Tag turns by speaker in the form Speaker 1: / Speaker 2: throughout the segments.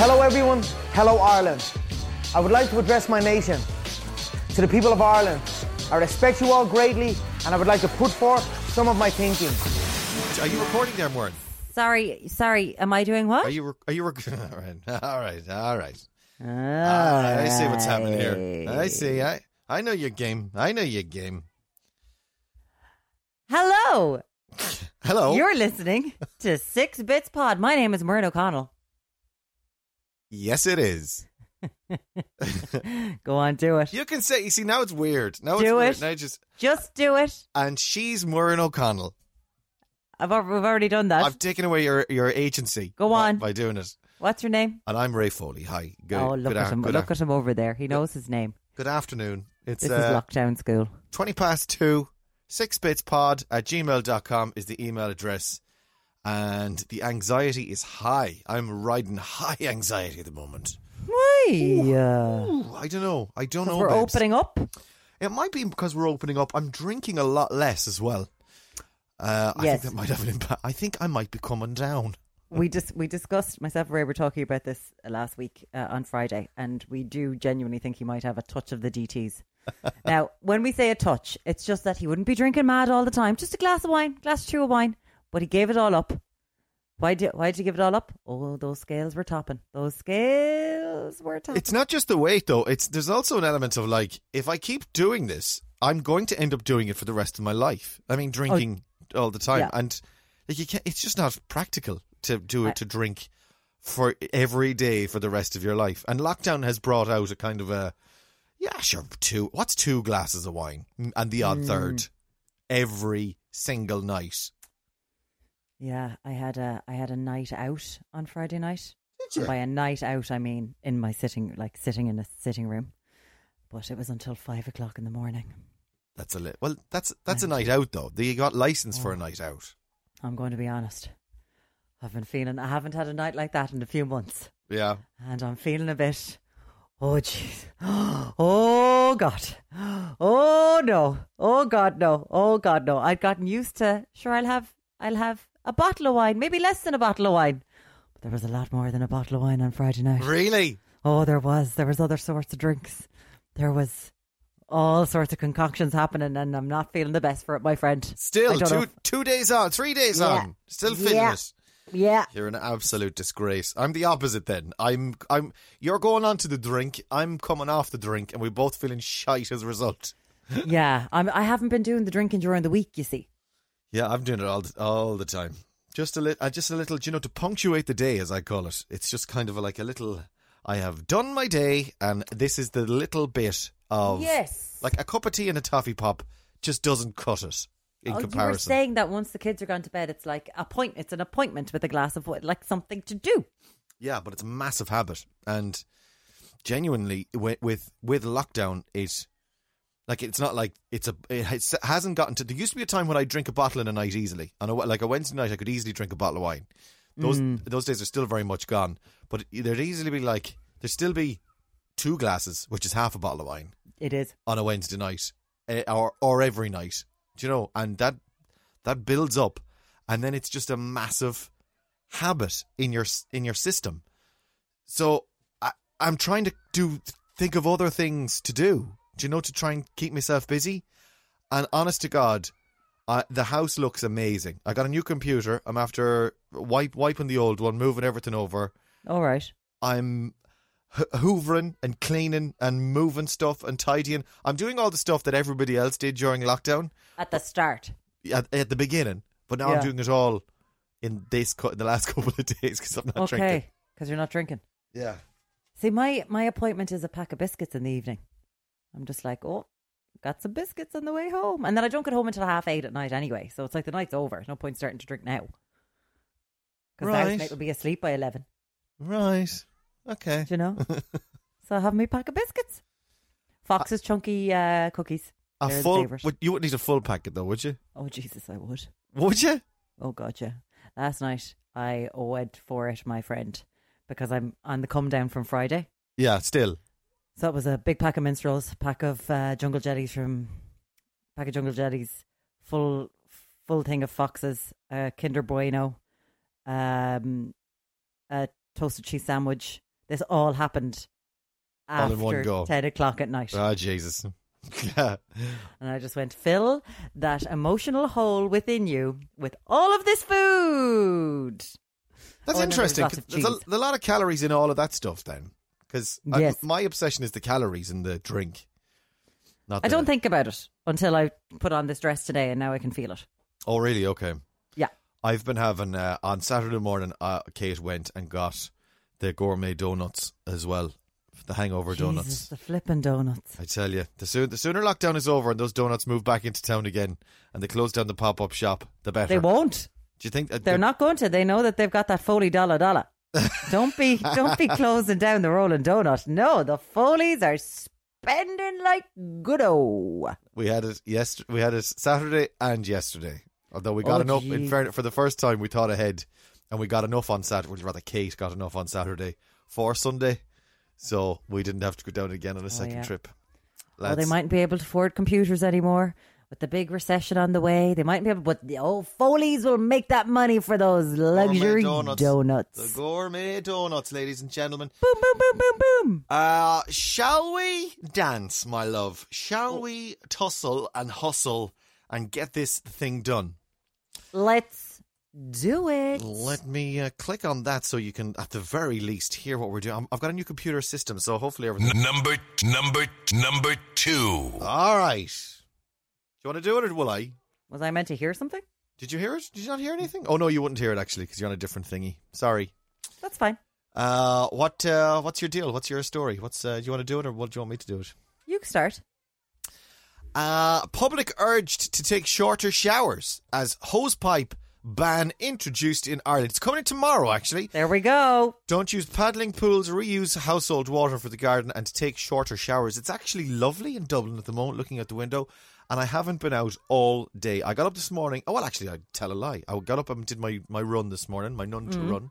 Speaker 1: Hello, everyone. Hello, Ireland. I would like to address my nation. To the people of Ireland, I respect you all greatly, and I would like to put forth some of my thinking.
Speaker 2: Are you recording there, Warren?
Speaker 3: Sorry, sorry. Am I doing what?
Speaker 2: Are you? Re- are you? Rec- all right. All right. All right. All right, I see what's happening here. I see. I I know your game. I know your game.
Speaker 3: Hello.
Speaker 2: Hello.
Speaker 3: You're listening to Six Bits Pod. My name is Myrna O'Connell.
Speaker 2: yes, it is.
Speaker 3: Go on, do it.
Speaker 2: You can say. You see, now it's weird. Now it's
Speaker 3: Do
Speaker 2: weird.
Speaker 3: it.
Speaker 2: Now it's just
Speaker 3: Just do it.
Speaker 2: and she's Maureen O'Connell.
Speaker 3: I've, al- we've already done that.
Speaker 2: I've taken away your your agency.
Speaker 3: Go
Speaker 2: by-
Speaker 3: on.
Speaker 2: by, doing it.
Speaker 3: What's your name?
Speaker 2: And I'm Ray Foley. Hi. Good.
Speaker 3: oh, look
Speaker 2: good,
Speaker 3: at
Speaker 2: a-
Speaker 3: him.
Speaker 2: Good, a-
Speaker 3: Look at him over there. He knows his name.
Speaker 2: good afternoon. It's
Speaker 3: This
Speaker 2: uh,
Speaker 3: is lockdown school.
Speaker 2: 20 past 2 6bitspod at gmail.com is the email address and the anxiety is high i'm riding high anxiety at the moment
Speaker 3: Why?
Speaker 2: Ooh, i don't know i don't know
Speaker 3: uh, We're
Speaker 2: babes.
Speaker 3: opening up.
Speaker 2: it might be because we're opening up i'm drinking a lot less as well uh, i
Speaker 3: Yes.
Speaker 2: think that might have an impact i think i might be coming down
Speaker 3: we just we discussed myself and Ray were talking about this uh, last week uh, on Friday, and we do genuinely think he might have a touch of the DTS. now, when we say a touch, it's just that he wouldn't be drinking mad all the time. Just a glass of wine, glass or two of wine, but he gave it all up. Why did Why did you give it all up? Oh, those scales were topping. Those scales were topping.
Speaker 2: it's not just the weight though it's there's also an element of like if i keep doing this i'm going to end up doing it for the rest of my life i mean drinking all the time
Speaker 3: Yeah.
Speaker 2: and like you can't it's just not practical to do it
Speaker 3: I-
Speaker 2: to drink for every day for the rest of your life and lockdown has brought out a kind of a yeah sure two what's two glasses of wine and the odd third every single night
Speaker 3: Yeah, I had a I had a night out on Friday night. And by a night out, I mean in my sitting like sitting in a sitting room, but it was until five o'clock in the morning.
Speaker 2: that's a li- well that's that's a night out though you got license for a night out
Speaker 3: I'm going to be honest. I've been feeling I haven't had a night like that in a few months,
Speaker 2: yeah
Speaker 3: and I'm feeling a bit. Oh jeez. Oh god. Oh no. Oh god no. Oh god no. I'd gotten used to sure I'll have I'll have a bottle of wine, maybe less than a bottle of wine. But there was a lot more than a bottle of wine on Friday night.
Speaker 2: really
Speaker 3: Oh, there was. There was other sorts of drinks. There was all sorts of concoctions happening, and I'm not feeling the best for it, my friend. I
Speaker 2: Still
Speaker 3: don't know
Speaker 2: two
Speaker 3: if-
Speaker 2: two days on, three days
Speaker 3: Yeah.
Speaker 2: on. Still feeling
Speaker 3: Yeah.
Speaker 2: it.
Speaker 3: yeah.
Speaker 2: You're an absolute disgrace. I'm the opposite then. I'm I'm you're going on to the drink, I'm coming off the drink, and we're both feeling shite as a result.
Speaker 3: yeah. I'm, I haven't been doing the drinking during the week, you see.
Speaker 2: Yeah, I'm doing it all all the time. Just a little, just a little, you know, to punctuate the day, as I call it. It's just kind of like a little. I have done my day, and this is the little bit of
Speaker 3: Yes.
Speaker 2: like a cup of tea and a toffee pop just doesn't cut it in
Speaker 3: oh, you were
Speaker 2: comparison.
Speaker 3: saying that once the kids are gone to bed, it's like a point. It's an appointment with a glass of wine, like something to do.
Speaker 2: Yeah, but it's a massive habit, and genuinely, with with, with lockdown, it like it's not like it's a it has- hasn't gotten to. There used to be a time when I drink a bottle in a night easily, on a, like a Wednesday night, I could easily drink a bottle of wine. Those those days are still very much gone, but there'd easily be like there'd still be two glasses, which is half a bottle of wine
Speaker 3: It is.
Speaker 2: on a Wednesday night, eh, or or every night. Do you know? And that that builds up, and then it's just a massive habit in your s- in your system. So I, I'm trying to do think of other things to do. Do you know to try and keep myself busy? And honest to God, uh, the house looks amazing. I got a new computer. I'm after wipe, wiping the old one, moving everything over.
Speaker 3: All right.
Speaker 2: I'm h- hoovering and cleaning and moving stuff and tidying. I'm doing all the stuff that everybody else did during lockdown
Speaker 3: At the start.
Speaker 2: at, at the beginning, but now I'm
Speaker 3: Yeah.
Speaker 2: doing it all in this cou- in the last couple of days because I'm not drinking.
Speaker 3: Okay. Because you're not drinking.
Speaker 2: Yeah,
Speaker 3: See, my, my appointment is a pack of biscuits in the evening. I'm just like, oh, got some biscuits on the way home. And then I don't get home until half eight at night anyway. So it's like the night's over. There's no point starting to drink now. Because the
Speaker 2: Right.
Speaker 3: housemate will be asleep by 11,
Speaker 2: right. Okay.
Speaker 3: you know? so I have me pack of biscuits. Fox's chunky uh, cookies.
Speaker 2: A
Speaker 3: They're the
Speaker 2: full.
Speaker 3: favourite.
Speaker 2: would, you wouldn't need a full packet though, would you?
Speaker 3: Oh, Jesus, I would.
Speaker 2: Would you?
Speaker 3: Oh, God, yeah. Last night, I went for it, my friend, because I'm on the come down from Friday.
Speaker 2: Yeah. Still.
Speaker 3: So that was a big pack of minstrels, pack of uh, jungle jetties from pack of jungle jetties, full full thing of foxes, uh, Kinder Bueno, um, a toasted cheese sandwich, This all happened
Speaker 2: All
Speaker 3: after
Speaker 2: in one go.
Speaker 3: 10 o'clock at night.
Speaker 2: Ah, Jesus.
Speaker 3: And I just went, fill that emotional hole within you with all of this food.
Speaker 2: That's
Speaker 3: Oh, and then there's
Speaker 2: interesting.
Speaker 3: lots
Speaker 2: 'cause
Speaker 3: of
Speaker 2: There's a,
Speaker 3: cheese.
Speaker 2: there's a lot of calories in all of that stuff then. Because
Speaker 3: Yes.
Speaker 2: my obsession is the calories in the drink. Not
Speaker 3: I
Speaker 2: the-
Speaker 3: don't think about it until I put on this dress today and now I can feel it.
Speaker 2: Oh, really? Okay.
Speaker 3: Yeah.
Speaker 2: I've been having uh, on Saturday morning. Uh, Kate went and got the gourmet donuts as well, the hangover
Speaker 3: Jesus,
Speaker 2: donuts.
Speaker 3: the flipping donuts.
Speaker 2: I tell you, the, soo- the sooner lockdown is over and those donuts move back into town again, and they close down the pop up shop, the better.
Speaker 3: They won't.
Speaker 2: Do you think that
Speaker 3: They're not going to. They know that they've got that Foley dollar dollar. don't be don't be closing down the rolling donut. No, the Foleys are spending like good o.
Speaker 2: We had it yes, we had it Saturday and yesterday. Although we got
Speaker 3: Oh,
Speaker 2: enough in
Speaker 3: gee.
Speaker 2: fairness, for the first time, we thought ahead, and we got enough on Saturday. Well, rather, Kate got enough on Saturday for Sunday, so we didn't have to go down again on a second
Speaker 3: Oh, yeah.
Speaker 2: trip.
Speaker 3: Well, they
Speaker 2: Lads.
Speaker 3: mightn't be able to afford computers anymore. With the big recession on the way, they mightn't be able. But the old Foleys will make that money for those luxury
Speaker 2: donuts.
Speaker 3: donuts.
Speaker 2: The gourmet donuts, ladies and gentlemen.
Speaker 3: boom, boom, boom, boom, boom.
Speaker 2: Uh, shall we dance, my love? Shall we tussle and hustle and get this thing done?
Speaker 3: Let's do it.
Speaker 2: Let me uh, click on that so you can, at the very least, hear what we're doing. I'm, I've got a new computer system, so hopefully everything.
Speaker 4: Number number number two.
Speaker 2: All right. Do you want to do it, or will I?
Speaker 3: Was I meant to hear something?
Speaker 2: Did you hear it? Did you not hear anything? Oh no, you wouldn't hear it actually because you're on a different thingy. Sorry.
Speaker 3: That's fine.
Speaker 2: Uh, what? Uh, what's your deal? What's your story? What's? Uh, do you want to do it, or what, do you want me to do it?
Speaker 3: You start.
Speaker 2: Uh, public urged to take shorter showers as hosepipe ban introduced in Ireland. It's coming in tomorrow, actually.
Speaker 3: There we go.
Speaker 2: Don't use paddling pools, reuse household water for the garden, and take shorter showers. It's actually lovely in Dublin at the moment, looking out the window, and I haven't been out all day. I got up this morning. Oh, well, actually, I tell a lie. I got up and did my, my run this morning, my none to run.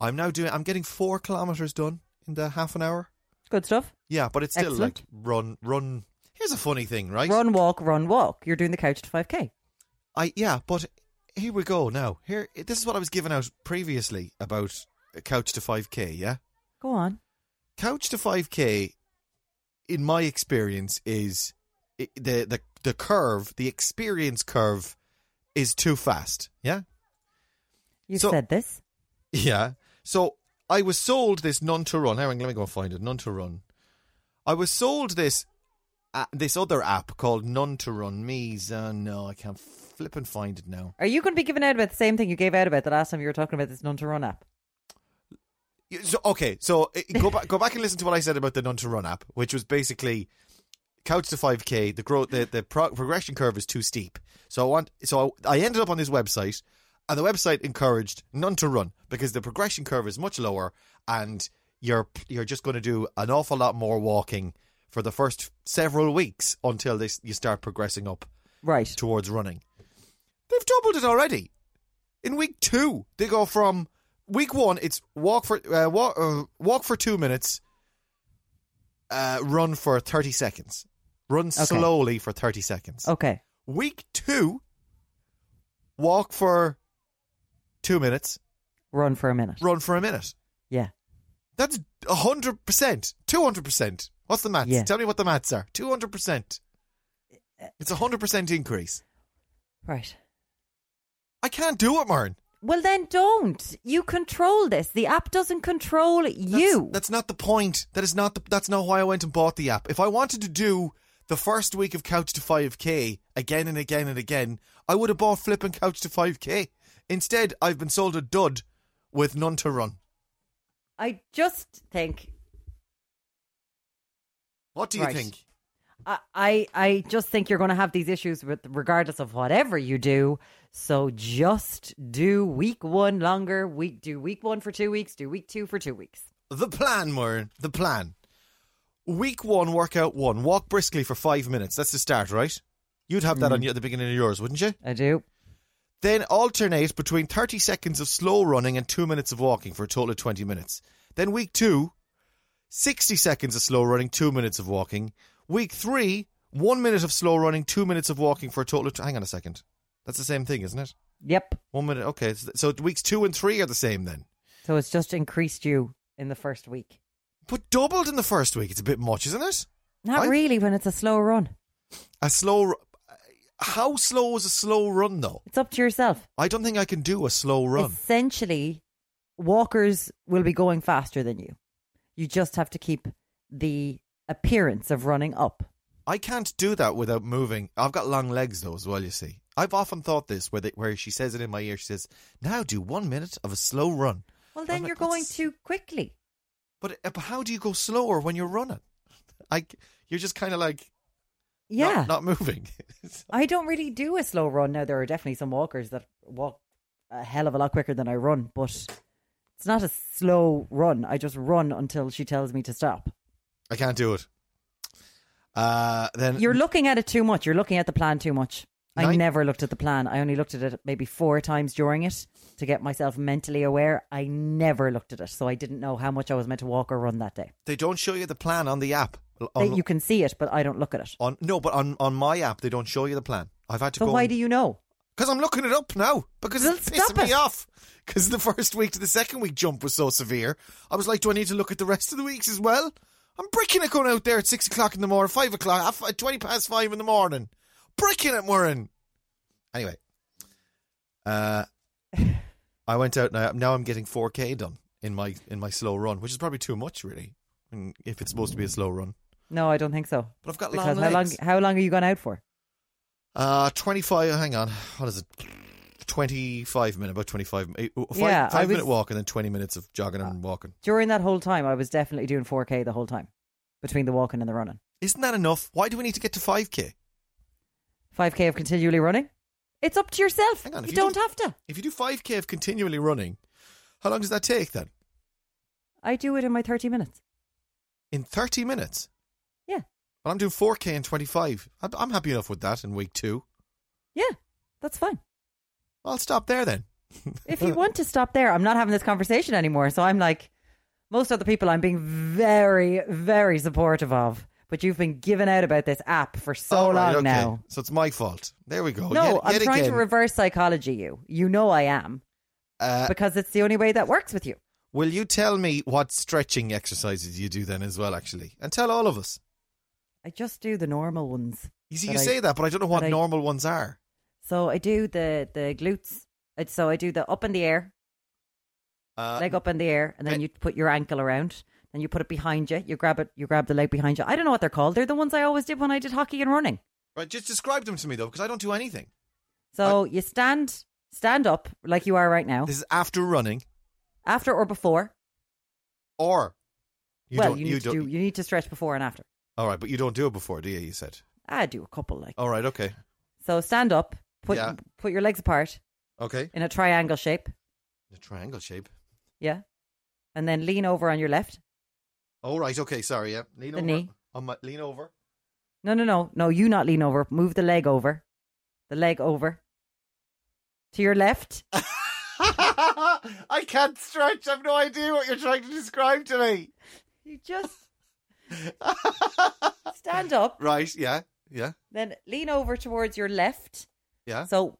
Speaker 2: I'm now doing, I'm getting four kilometres done in the half an hour.
Speaker 3: Good stuff.
Speaker 2: Yeah, but it's still
Speaker 3: Excellent.
Speaker 2: like run, run. Here's a funny thing, right?
Speaker 3: Run, walk, run, walk. You're doing the couch to 5K.
Speaker 2: I yeah, but here we go now. Here, this is what I was giving out previously about couch to five k. Yeah,
Speaker 3: Go on.
Speaker 2: couch to five k, in my experience, is i the the the curve, the experience curve, is too fast. Yeah,
Speaker 3: You
Speaker 2: So-
Speaker 3: said this.
Speaker 2: yeah. So I was sold this none to run. Hang on, let me go and find it. None to run. I was sold this uh, this other app called None to Run. Me's uh, no, I can't flip and find it now.
Speaker 3: Are you going to be giving out about the same thing you gave out about the last time you were talking about this none to run app?
Speaker 2: Yeah, So, okay, so uh, go back, go back and listen to what I said about the None to Run app, which was basically couch to five k. The growth, the the pro- progression curve is too steep. So I want, so I, I ended up on this website, and the website encouraged none to run because the progression curve is much lower, and you're you're just going to do an awful lot more walking for the first several weeks until they, s- you start progressing up
Speaker 3: Right.
Speaker 2: towards running. They've doubled it already. In week two, they go from week one. It's walk for uh, walk, uh, walk for two minutes, uh, run for thirty seconds, run slowly for thirty seconds.
Speaker 3: Okay.
Speaker 2: Week two, walk for two minutes,
Speaker 3: Run for a minute.
Speaker 2: run for a minute.
Speaker 3: Yeah.
Speaker 2: That's hundred percent, two hundred percent. What's the maths?
Speaker 3: Yeah.
Speaker 2: Tell me what the maths are. Two hundred percent. It's a hundred percent increase.
Speaker 3: Right.
Speaker 2: I can't do it, Martin.
Speaker 3: Well, then don't. You control this. The app doesn't control
Speaker 2: That's-
Speaker 3: you.
Speaker 2: That's, not the point. That is not the, that's not why I went and bought the app. If I wanted to do the first week of Couch to 5K again and again and again, I would have bought flipping Couch to 5K. Instead, I've been sold a dud with none to run.
Speaker 3: I just think
Speaker 2: What do you
Speaker 3: Right.
Speaker 2: think?
Speaker 3: I, I I just think you're going to have these issues with regardless of whatever you do. So just do week one longer. Week do week one for two weeks. Do week two for two weeks.
Speaker 2: The plan, Myrn. The plan. Week one, workout one. Walk briskly for five minutes. That's the start, right? You'd have
Speaker 3: Mm.
Speaker 2: that on you at the beginning of yours, wouldn't you?
Speaker 3: I do.
Speaker 2: Then alternate between 30 seconds of slow running and 2 minutes of walking for a total of 20 minutes. Then week 2, 60 seconds of slow running, 2 minutes of walking. Week 3, 1 minute of slow running, 2 minutes of walking for a total of. Hang on a second. That's the same thing, isn't it?
Speaker 3: Yep.
Speaker 2: 1 minute. Okay. So so weeks 2 and 3 are the same then.
Speaker 3: So it's just increased you in the first week.
Speaker 2: But doubled in the first week. It's a bit much, isn't it?
Speaker 3: Not
Speaker 2: I-
Speaker 3: really when it's a slow run.
Speaker 2: A slow. ru- uh, How slow is a slow run, though?
Speaker 3: It's up to yourself.
Speaker 2: I don't think I can do a slow run.
Speaker 3: Essentially, walkers will be going faster than you. You just have to keep the appearance of running up.
Speaker 2: I can't do that without moving. I've got long legs though, as well. You see, I've often thought this, where they, where she says it in my ear. She says, "Now do one minute of a slow run."
Speaker 3: Well,
Speaker 2: I'm
Speaker 3: then
Speaker 2: like,
Speaker 3: you're going
Speaker 2: "What's-"
Speaker 3: too quickly.
Speaker 2: But, uh, but how do you go slower when you're running? Like you're just kind of like
Speaker 3: Yeah.
Speaker 2: not, not moving.
Speaker 3: I don't really do a slow run. Now, there are definitely some walkers that walk a hell of a lot quicker than I run, but it's not a slow run. I just run until she tells me to stop.
Speaker 2: I can't do it. Uh, then
Speaker 3: You're looking at it too much. You're looking at the plan too much. I
Speaker 2: Nine-
Speaker 3: never looked at the plan. I only looked at it maybe four times during it to get myself mentally aware. I never looked at it, so I didn't know how much I was meant to walk or run that day.
Speaker 2: they don't show you the plan on the app. On,
Speaker 3: That you can see it, but I don't look at it.
Speaker 2: on no, but on, on my app they don't show you the plan. I've had to
Speaker 3: So
Speaker 2: go
Speaker 3: why do you know?
Speaker 2: because I'm looking it up now because
Speaker 3: Well,
Speaker 2: it's
Speaker 3: stop
Speaker 2: pissing me
Speaker 3: it.
Speaker 2: off. Because the first week to the second week jump was so severe, I was like, do I need to look at the rest of the weeks as well? I'm bricking it going out there at six o'clock in the morning, five o'clock, half- at twenty past five in the morning, bricking it, we're in. Anyway, uh, I went out now. Now I'm getting 4K done in my in my slow run, which is probably too much, really, mm, if it's supposed to be a slow run.
Speaker 3: No, I don't think so.
Speaker 2: But I've got
Speaker 3: Because
Speaker 2: long
Speaker 3: how long?
Speaker 2: legs.
Speaker 3: How long are you gone out for?
Speaker 2: Uh, 25, hang on, what is it? 25 minute, about 25, eh, oh, five,
Speaker 3: Yeah, I
Speaker 2: five
Speaker 3: was- Uh.
Speaker 2: minute walk and then 20 minutes of jogging and walking.
Speaker 3: during that whole time, I was definitely doing 4K the whole time between the walking and the running.
Speaker 2: Isn't that enough? Why do we need to get to 5k?
Speaker 3: 5K of continually running. It's up to yourself.
Speaker 2: Hang on, if
Speaker 3: you,
Speaker 2: you
Speaker 3: don't
Speaker 2: didn't-
Speaker 3: have to.
Speaker 2: If you do 5k of continually running, how long does that take then?
Speaker 3: I do it in my 30 minutes.
Speaker 2: In 30 minutes?
Speaker 3: Yeah.
Speaker 2: Well, I'm doing 4k in 25. I'm- I'm happy enough with that in week two.
Speaker 3: Yeah. That's fine.
Speaker 2: I'll stop there then.
Speaker 3: If you want to stop there, I'm not having this conversation anymore. So I'm like, most other people I'm being very, very supportive of. But you've been giving out about this app for so
Speaker 2: All
Speaker 3: long
Speaker 2: right, okay.
Speaker 3: now.
Speaker 2: So it's my fault. There we go.
Speaker 3: no,
Speaker 2: Yet-
Speaker 3: I'm
Speaker 2: yet
Speaker 3: trying
Speaker 2: again,
Speaker 3: to reverse psychology you. You know I am
Speaker 2: uh,
Speaker 3: because it's the only way that works with you.
Speaker 2: Will you tell me what stretching exercises you do then as well, actually? And tell all of us.
Speaker 3: I just do the normal ones.
Speaker 2: You see,
Speaker 3: that
Speaker 2: you
Speaker 3: I-
Speaker 2: say that, but I don't know what
Speaker 3: that I-
Speaker 2: normal ones are.
Speaker 3: So I do the the glutes. I- So I do the up in the air,
Speaker 2: Uh,
Speaker 3: leg up in the air, and then
Speaker 2: I-
Speaker 3: you put your ankle around. Then you put it behind you. You grab it. You grab the leg behind you. I don't know what they're called. They're the ones I always did when I did hockey and running.
Speaker 2: Right, just describe them to me though, because I don't do anything.
Speaker 3: So you stand stand up like you are right now,
Speaker 2: This is after running,
Speaker 3: after or before.
Speaker 2: or you
Speaker 3: well,
Speaker 2: don't.
Speaker 3: you need to
Speaker 2: don't.
Speaker 3: do, you need to stretch before and after.
Speaker 2: all right, but you don't do it before, do you? You said.
Speaker 3: I do a couple like
Speaker 2: All right, okay,
Speaker 3: so. Stand up. Put
Speaker 2: Oh. Yeah.
Speaker 3: put your legs apart
Speaker 2: okay.
Speaker 3: in a triangle shape.
Speaker 2: The triangle shape.
Speaker 3: Yeah, and then lean over on your left.
Speaker 2: All right, okay. Sorry, yeah. Lean
Speaker 3: The
Speaker 2: over.
Speaker 3: knee.
Speaker 2: On my, lean over.
Speaker 3: No, no, no, no. You not lean over. Move the leg over, the leg over to your left.
Speaker 2: I can't stretch. I've no idea what you're trying to describe to me.
Speaker 3: You just stand up,
Speaker 2: Right, yeah, yeah,
Speaker 3: then lean over towards your left.
Speaker 2: yeah.
Speaker 3: So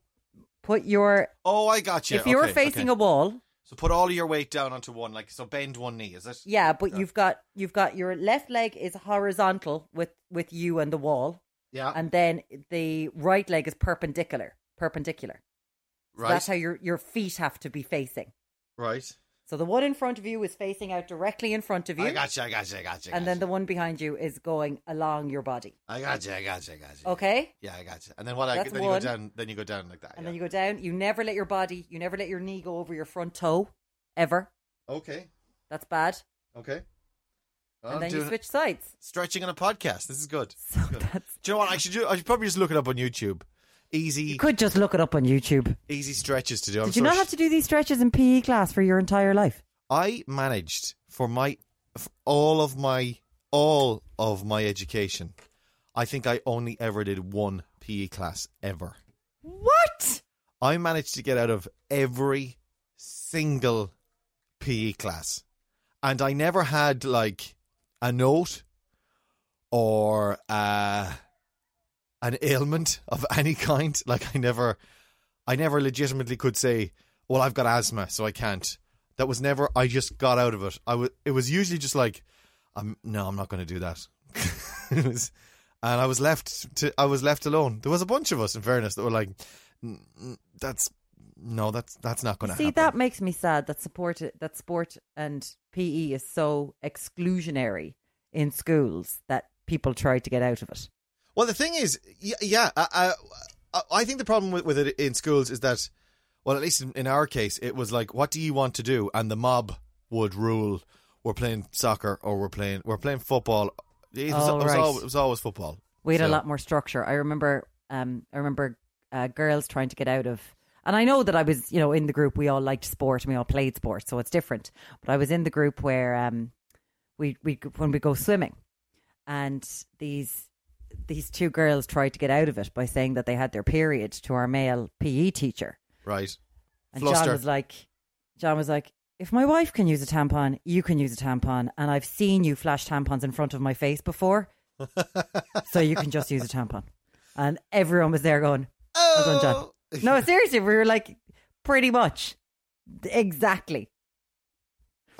Speaker 3: put your
Speaker 2: Oh, I got you.
Speaker 3: if you're
Speaker 2: Okay,
Speaker 3: facing
Speaker 2: okay.
Speaker 3: a wall,
Speaker 2: so put all of your weight down onto one, like so. Bend one knee, is it?
Speaker 3: yeah. But
Speaker 2: Yeah.
Speaker 3: you've got you've got your left leg is horizontal with with you and the wall,
Speaker 2: Yeah,
Speaker 3: and then the right leg is perpendicular. Perpendicular. So
Speaker 2: right,
Speaker 3: That's how your your feet have to be facing.
Speaker 2: right.
Speaker 3: So the one in front of you is facing out directly in front of you.
Speaker 2: I got you. I got you. I got you. I
Speaker 3: and
Speaker 2: got
Speaker 3: then the
Speaker 2: you.
Speaker 3: one behind you is going along your body.
Speaker 2: I got you. I got you. I got you.
Speaker 3: Okay?
Speaker 2: Yeah, I got you. And then what? I,
Speaker 3: Oh. That's
Speaker 2: then you go
Speaker 3: one.
Speaker 2: down. Then you go down like that.
Speaker 3: And then you go down. You never let your body, you never let your knee go over your front toe, ever.
Speaker 2: go. Okay.
Speaker 3: That's bad.
Speaker 2: Okay. I'm
Speaker 3: and then you
Speaker 2: doing-
Speaker 3: switch sides.
Speaker 2: Stretching on a podcast. This is good.
Speaker 3: So that's.
Speaker 2: Do you know what? I should. Do, I should probably just look it up on YouTube.
Speaker 3: You
Speaker 2: Easy,
Speaker 3: could just look it up on YouTube.
Speaker 2: easy stretches to do. I'm
Speaker 3: Did you
Speaker 2: so
Speaker 3: not
Speaker 2: sh-
Speaker 3: have to do these stretches in PE class for your entire life?
Speaker 2: I managed for my for all of my all of my education. I think I only ever did one PE class ever.
Speaker 3: What?
Speaker 2: I managed to get out of every single PE class. And I never had like a note or uh, an ailment of any kind. Like I never I never legitimately could say, Well, I've got asthma, so I can't. That was never. I just got out of it. I was. It was usually just like, I'm no, I'm not going to do that. it was, and I was left to. I was left alone. There was a bunch of us, in fairness, that were like, "N- n- that's no, that's that's not going to
Speaker 3: See,
Speaker 2: happen.
Speaker 3: that makes me sad that support that sport and PE is so exclusionary in schools that people try to get out of it.
Speaker 2: Well, the thing is, y- yeah, I, I, I think the problem with, with it in schools is that, well, at least in, in our case, it was like, what do you want to do? And the mob would rule. We're playing soccer, or we're playing we're playing football. It was,
Speaker 3: Oh,
Speaker 2: it was,
Speaker 3: right.
Speaker 2: always, it was always football.
Speaker 3: We had
Speaker 2: So-
Speaker 3: a lot more structure. I remember, um, I remember uh, girls trying to get out of, and I know that I was, you know, in the group. We all liked sport and we all played sport, so it's different. But I was in the group where um, we we when we go swimming, and these these two girls tried to get out of it by saying that they had their period to our male PE teacher,
Speaker 2: right?
Speaker 3: and
Speaker 2: Fluster.
Speaker 3: John was like, John was like. If my wife can use a tampon, you can use a tampon. And I've seen you flash tampons in front of my face before so you can just use a tampon. And everyone was there going, well done, John.
Speaker 2: Oh.
Speaker 3: No, seriously, we were like, pretty much. Exactly.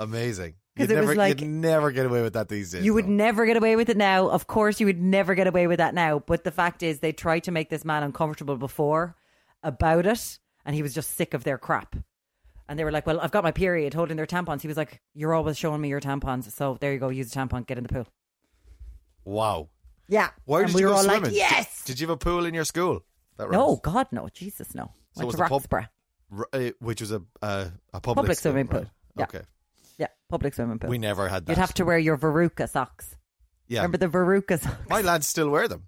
Speaker 2: Amazing.
Speaker 3: 'Cause
Speaker 2: You'd
Speaker 3: it was
Speaker 2: never,
Speaker 3: like-
Speaker 2: you'd never get away with that these days.
Speaker 3: You would
Speaker 2: though.
Speaker 3: never get away with it now. Of course, you would never get away with that now. But the fact is, they tried to make this man uncomfortable before about it, and he was just sick of their crap. And they were like, Well, I've got my period holding their tampons. He was like, You're always showing me your tampons. So there you go, use a tampon, get in the pool.
Speaker 2: Wow.
Speaker 3: Yeah.
Speaker 2: Where
Speaker 3: and
Speaker 2: did
Speaker 3: we
Speaker 2: you
Speaker 3: were
Speaker 2: go
Speaker 3: all
Speaker 2: swimming?
Speaker 3: like,
Speaker 2: Did-
Speaker 3: Yes.
Speaker 2: Did you have a pool in your school? That
Speaker 3: no,
Speaker 2: runs.
Speaker 3: God, no. Jesus, no.
Speaker 2: So
Speaker 3: Went
Speaker 2: was
Speaker 3: to
Speaker 2: the pub-
Speaker 3: Roxburgh.
Speaker 2: R- uh, which was a uh, a public,
Speaker 3: Public
Speaker 2: school,
Speaker 3: swimming pool.
Speaker 2: right?
Speaker 3: Yeah.
Speaker 2: Okay.
Speaker 3: Yeah, public swimming pool.
Speaker 2: We never had that.
Speaker 3: You'd have to wear your Veruca socks.
Speaker 2: Yeah.
Speaker 3: Remember the Veruca socks?
Speaker 2: My lads still wear them.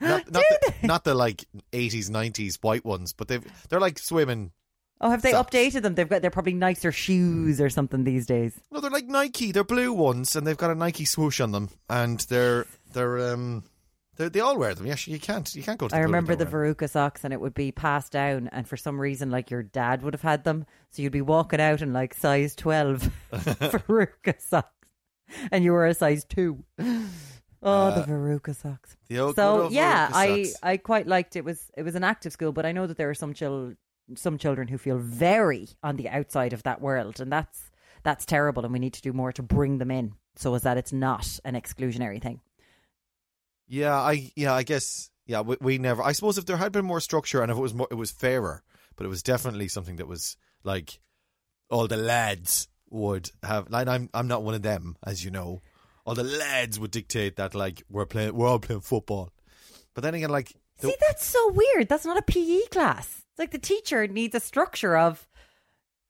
Speaker 2: Not, not, the, not the like eighties, nineties white ones, but they've they're like swimming.
Speaker 3: Oh, have they
Speaker 2: Socks.
Speaker 3: updated them? They've got they're probably nicer shoes or something these days.
Speaker 2: No, they're like Nike. They're blue ones, and they've got a Nike swoosh on them, and they're they're um they they all wear them. Yes, you can't you can't go. to the
Speaker 3: I
Speaker 2: pool
Speaker 3: remember the
Speaker 2: without wearing
Speaker 3: Veruca socks, and it would be passed down, and for some reason, like your dad would have had them, so you'd be walking out in like size twelve Veruca socks, and you were a size two. Oh,
Speaker 2: Uh,
Speaker 3: the Veruca socks.
Speaker 2: them. The old- good
Speaker 3: so
Speaker 2: old
Speaker 3: yeah,
Speaker 2: Veruca
Speaker 3: I
Speaker 2: socks.
Speaker 3: I quite liked it. Was it was an active school, but I know that there are some chil- some children who feel very on the outside of that world, and that's that's terrible. And we need to do more to bring them in, so as that it's not an exclusionary thing.
Speaker 2: Yeah, I yeah, I guess yeah, we, we never. I suppose if there had been more structure and if it was more, it was fairer, but it was definitely something that was like all the lads would have. Like I'm I'm not one of them, as you know. All the lads would dictate that like we're playing, we're all playing football. But then again, like the-
Speaker 3: See, that's so weird. That's not a PE class. It's like the teacher needs a structure of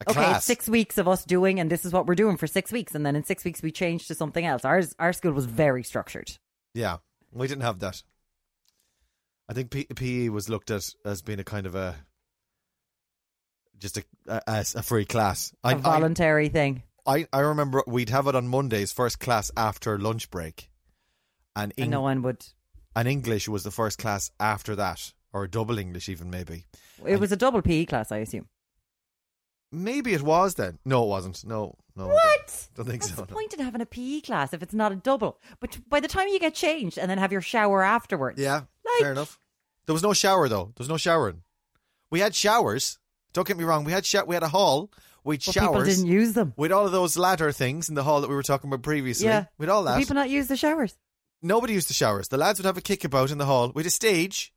Speaker 2: a
Speaker 3: okay, it's
Speaker 2: class,
Speaker 3: six weeks of us doing, and this is what we're doing for six weeks, and then in six weeks we change to something else. Ours our school was very structured.
Speaker 2: yeah, we didn't have that. I think P- PE was looked at as being a kind of a just a a, a free class.
Speaker 3: A
Speaker 2: I I-
Speaker 3: voluntary thing.
Speaker 2: I, I remember we'd have it on Mondays, first class after lunch break, and, Eng-
Speaker 3: And no one would
Speaker 2: and English was the first class after that, or double English even maybe.
Speaker 3: it was a double PE class, I assume.
Speaker 2: Maybe it was then. No, it wasn't. No, no. I don't-
Speaker 3: What?
Speaker 2: Don't think
Speaker 3: What's
Speaker 2: so.
Speaker 3: the
Speaker 2: no.
Speaker 3: point in having a PE class if it's not a double? But by the time you get changed and then have your shower afterwards,
Speaker 2: Yeah, fair
Speaker 3: Like-
Speaker 2: enough. There was no shower though. There was no showering. We had showers. Don't get me wrong. We had sho- we had a hall. We'd
Speaker 3: but people
Speaker 2: showers.
Speaker 3: didn't use them.
Speaker 2: We'd all of those ladder things in the hall that we were talking about previously.
Speaker 3: Yeah,
Speaker 2: We'd all
Speaker 3: Did
Speaker 2: that.
Speaker 3: People not use the showers.
Speaker 2: Nobody used the showers. The lads would have a kick about in the hall. We'd a stage,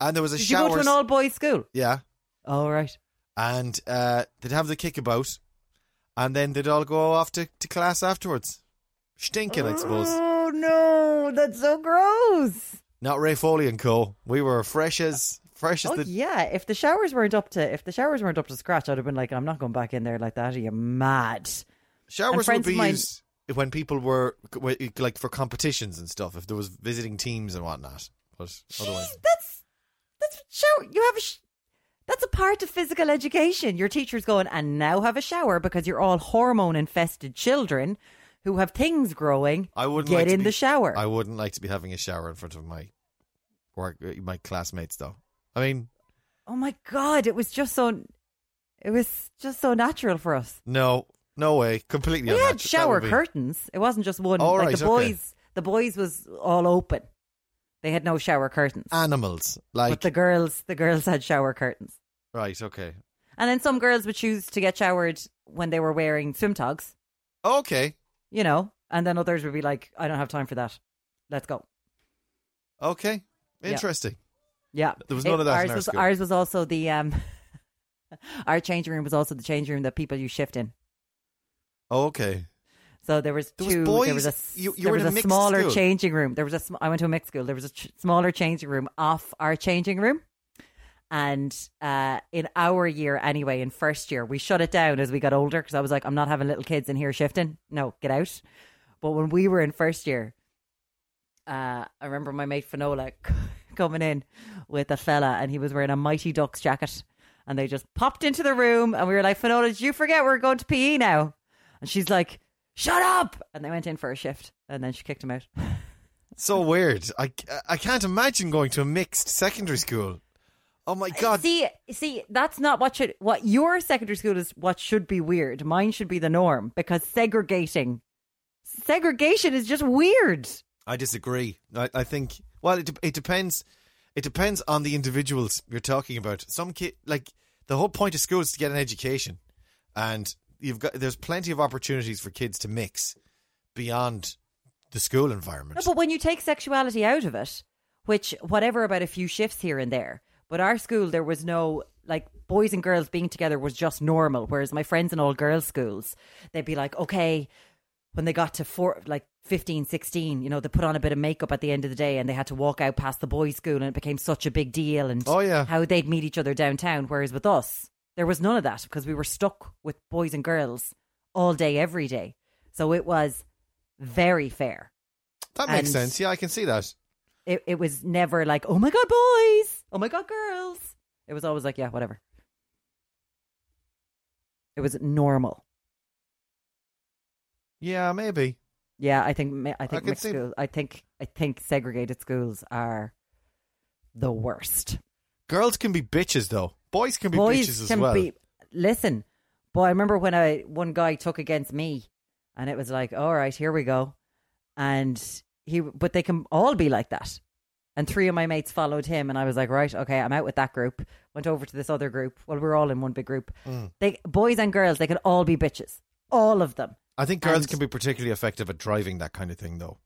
Speaker 2: and there was a
Speaker 3: Did
Speaker 2: showers.
Speaker 3: you go to an all boys school?
Speaker 2: yeah.
Speaker 3: All right.
Speaker 2: and uh, they'd have the kickabout, and then they'd all go off to, to class afterwards. Stinking, I suppose.
Speaker 3: Oh no, that's so gross.
Speaker 2: Not Ray Foley and Co. We were fresh as fresh as
Speaker 3: oh
Speaker 2: the
Speaker 3: yeah, if the showers weren't up to if the showers weren't up to scratch, I'd have been like, I'm not going back in there like that. Are you mad?
Speaker 2: showers would
Speaker 3: friends
Speaker 2: be
Speaker 3: of mine-
Speaker 2: used when people were like for competitions and stuff. If there was visiting teams and whatnot, but otherwise,
Speaker 3: That's that's shower. You have a. Sh- that's a part of physical education. Your teacher's going, and now have a shower because you're all hormone infested children who have things growing.
Speaker 2: I wouldn't
Speaker 3: get
Speaker 2: like to
Speaker 3: in
Speaker 2: be-
Speaker 3: the shower.
Speaker 2: I wouldn't like to be having a shower in front of my work uh, my classmates. Though, I mean,
Speaker 3: oh my god, it was just so. It was just so natural for us.
Speaker 2: no, no way, completely.
Speaker 3: we had
Speaker 2: unnatural. That
Speaker 3: shower
Speaker 2: would be-
Speaker 3: curtains. It wasn't just one.
Speaker 2: Oh,
Speaker 3: like
Speaker 2: right,
Speaker 3: the
Speaker 2: okay.
Speaker 3: boys, the boys was all open. They had
Speaker 2: Ah,
Speaker 3: no shower curtains,
Speaker 2: Animals,
Speaker 3: but
Speaker 2: like
Speaker 3: the girls, the girls had shower curtains.
Speaker 2: right, okay.
Speaker 3: And then some girls would choose to get showered when they were wearing swim togs,
Speaker 2: Okay.
Speaker 3: you know, and then others would be like, I don't have time for that. Let's go.
Speaker 2: Okay.
Speaker 3: Yeah.
Speaker 2: Interesting.
Speaker 3: Yeah.
Speaker 2: There was none of that in
Speaker 3: ours,
Speaker 2: our
Speaker 3: was,
Speaker 2: school.
Speaker 3: ours was also the, um, our changing room was also the changing room that people you shift in.
Speaker 2: Okay.
Speaker 3: So there was
Speaker 2: There was
Speaker 3: two. there was a
Speaker 2: boys- you- you
Speaker 3: there
Speaker 2: were
Speaker 3: was
Speaker 2: in a
Speaker 3: a,
Speaker 2: mixed
Speaker 3: smaller
Speaker 2: school.
Speaker 3: changing room. There was a. Sm- I went to a mixed school. There was a ch- smaller changing room off our changing room, and uh, in our year anyway, in first year, we shut it down as we got older because I was like, I'm not having little kids in here shifting. No, get out. But when we were in first year, uh, I remember my mate Finola coming in with a fella, and he was wearing a Mighty Ducks jacket. And they just popped into the room, and we were like, Finola, did you forget we're going to PE now? And she's like, shut up! And they went in for a shift, and then she kicked him out.
Speaker 2: So weird. I, I can't imagine going to a mixed secondary school. Oh my god.
Speaker 3: See, see, that's not what should what your secondary school is. What should be weird? Mine should be the norm because segregating, segregation is just weird.
Speaker 2: I disagree. I, I think well, it de- it depends. It depends on the individuals you're talking about. Some kid, like the whole point of school is to get an education, and you've got there's plenty of opportunities for kids to mix beyond the school environment.
Speaker 3: No, but when you take sexuality out of it, which whatever about a few shifts here and there, but our school there was no like boys and girls being together was just normal. Whereas my friends in all girls schools, they'd be like, okay, when they got to four like 15 16 you know they put on a bit of makeup at the end of the day and they had to walk out past the boys school and it became such a big deal and
Speaker 2: Oh, yeah.
Speaker 3: how they'd meet each other downtown whereas with us there was none of that because we were stuck with boys and girls all day every day so it was very fair
Speaker 2: that makes
Speaker 3: and-
Speaker 2: sense. Yeah, I can see that.
Speaker 3: it, it was never like, oh my god, boys, oh my god, girls. It was always like, yeah, whatever. It was normal.
Speaker 2: Yeah, maybe.
Speaker 3: Yeah, I think mi- I think
Speaker 2: can
Speaker 3: mixed
Speaker 2: see-
Speaker 3: schools. I think I think segregated schools are the worst.
Speaker 2: Girls can be bitches though. Boys can be bitches as well.
Speaker 3: listen. But I remember when I one guy took against me, and it was like, all right, here we go. And he, but they can all be like that. And three of my mates followed him, and I was like, right, okay, I'm out with that group. Went over to this other group. Well, we're all in one big group.
Speaker 2: Hmm.
Speaker 3: They boys and girls, they could all be bitches, all of them.
Speaker 2: I think girls
Speaker 3: and-
Speaker 2: can be particularly effective at driving that kind of thing though.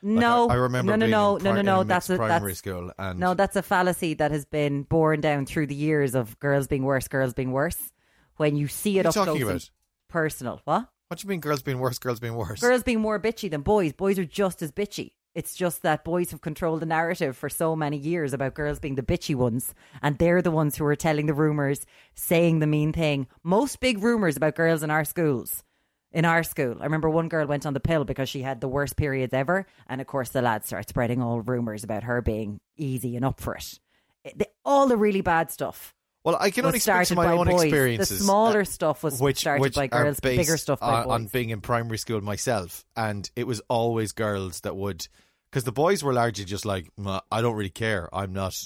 Speaker 2: Like,
Speaker 3: No,
Speaker 2: I, I remember
Speaker 3: no, no,
Speaker 2: being
Speaker 3: no,
Speaker 2: in
Speaker 3: no,
Speaker 2: pri-
Speaker 3: no,
Speaker 2: in
Speaker 3: no.
Speaker 2: a
Speaker 3: That's
Speaker 2: mixed
Speaker 3: a,
Speaker 2: primary
Speaker 3: that's
Speaker 2: school and
Speaker 3: No, that's a fallacy that has been borne down through the years of girls being worse, girls being worse. When you see it
Speaker 2: What are you
Speaker 3: up
Speaker 2: talking
Speaker 3: close and
Speaker 2: about?
Speaker 3: personal, what?
Speaker 2: What do you mean girls being worse, girls being worse?
Speaker 3: Girls being more bitchy than boys. Boys are just as bitchy. It's just that boys have controlled the narrative for so many years about girls being the bitchy ones, and they're the ones who are telling the rumors, saying the mean thing. Most big rumors about girls in our schools. In our school, I remember one girl went on the pill because she had the worst periods ever, and of course the lads start spreading all rumors about her being easy and up for it. It- the- all the really bad stuff.
Speaker 2: Well, I can
Speaker 3: was
Speaker 2: only speak to
Speaker 3: started
Speaker 2: my
Speaker 3: by
Speaker 2: own
Speaker 3: boys. The
Speaker 2: experiences.
Speaker 3: smaller
Speaker 2: uh,
Speaker 3: stuff was started by
Speaker 2: are
Speaker 3: girls, bigger
Speaker 2: based
Speaker 3: stuff by
Speaker 2: on, on
Speaker 3: boys.
Speaker 2: being in primary school myself, and it was always girls that would, because the boys were largely just like, "Nah, I don't really care. I'm not.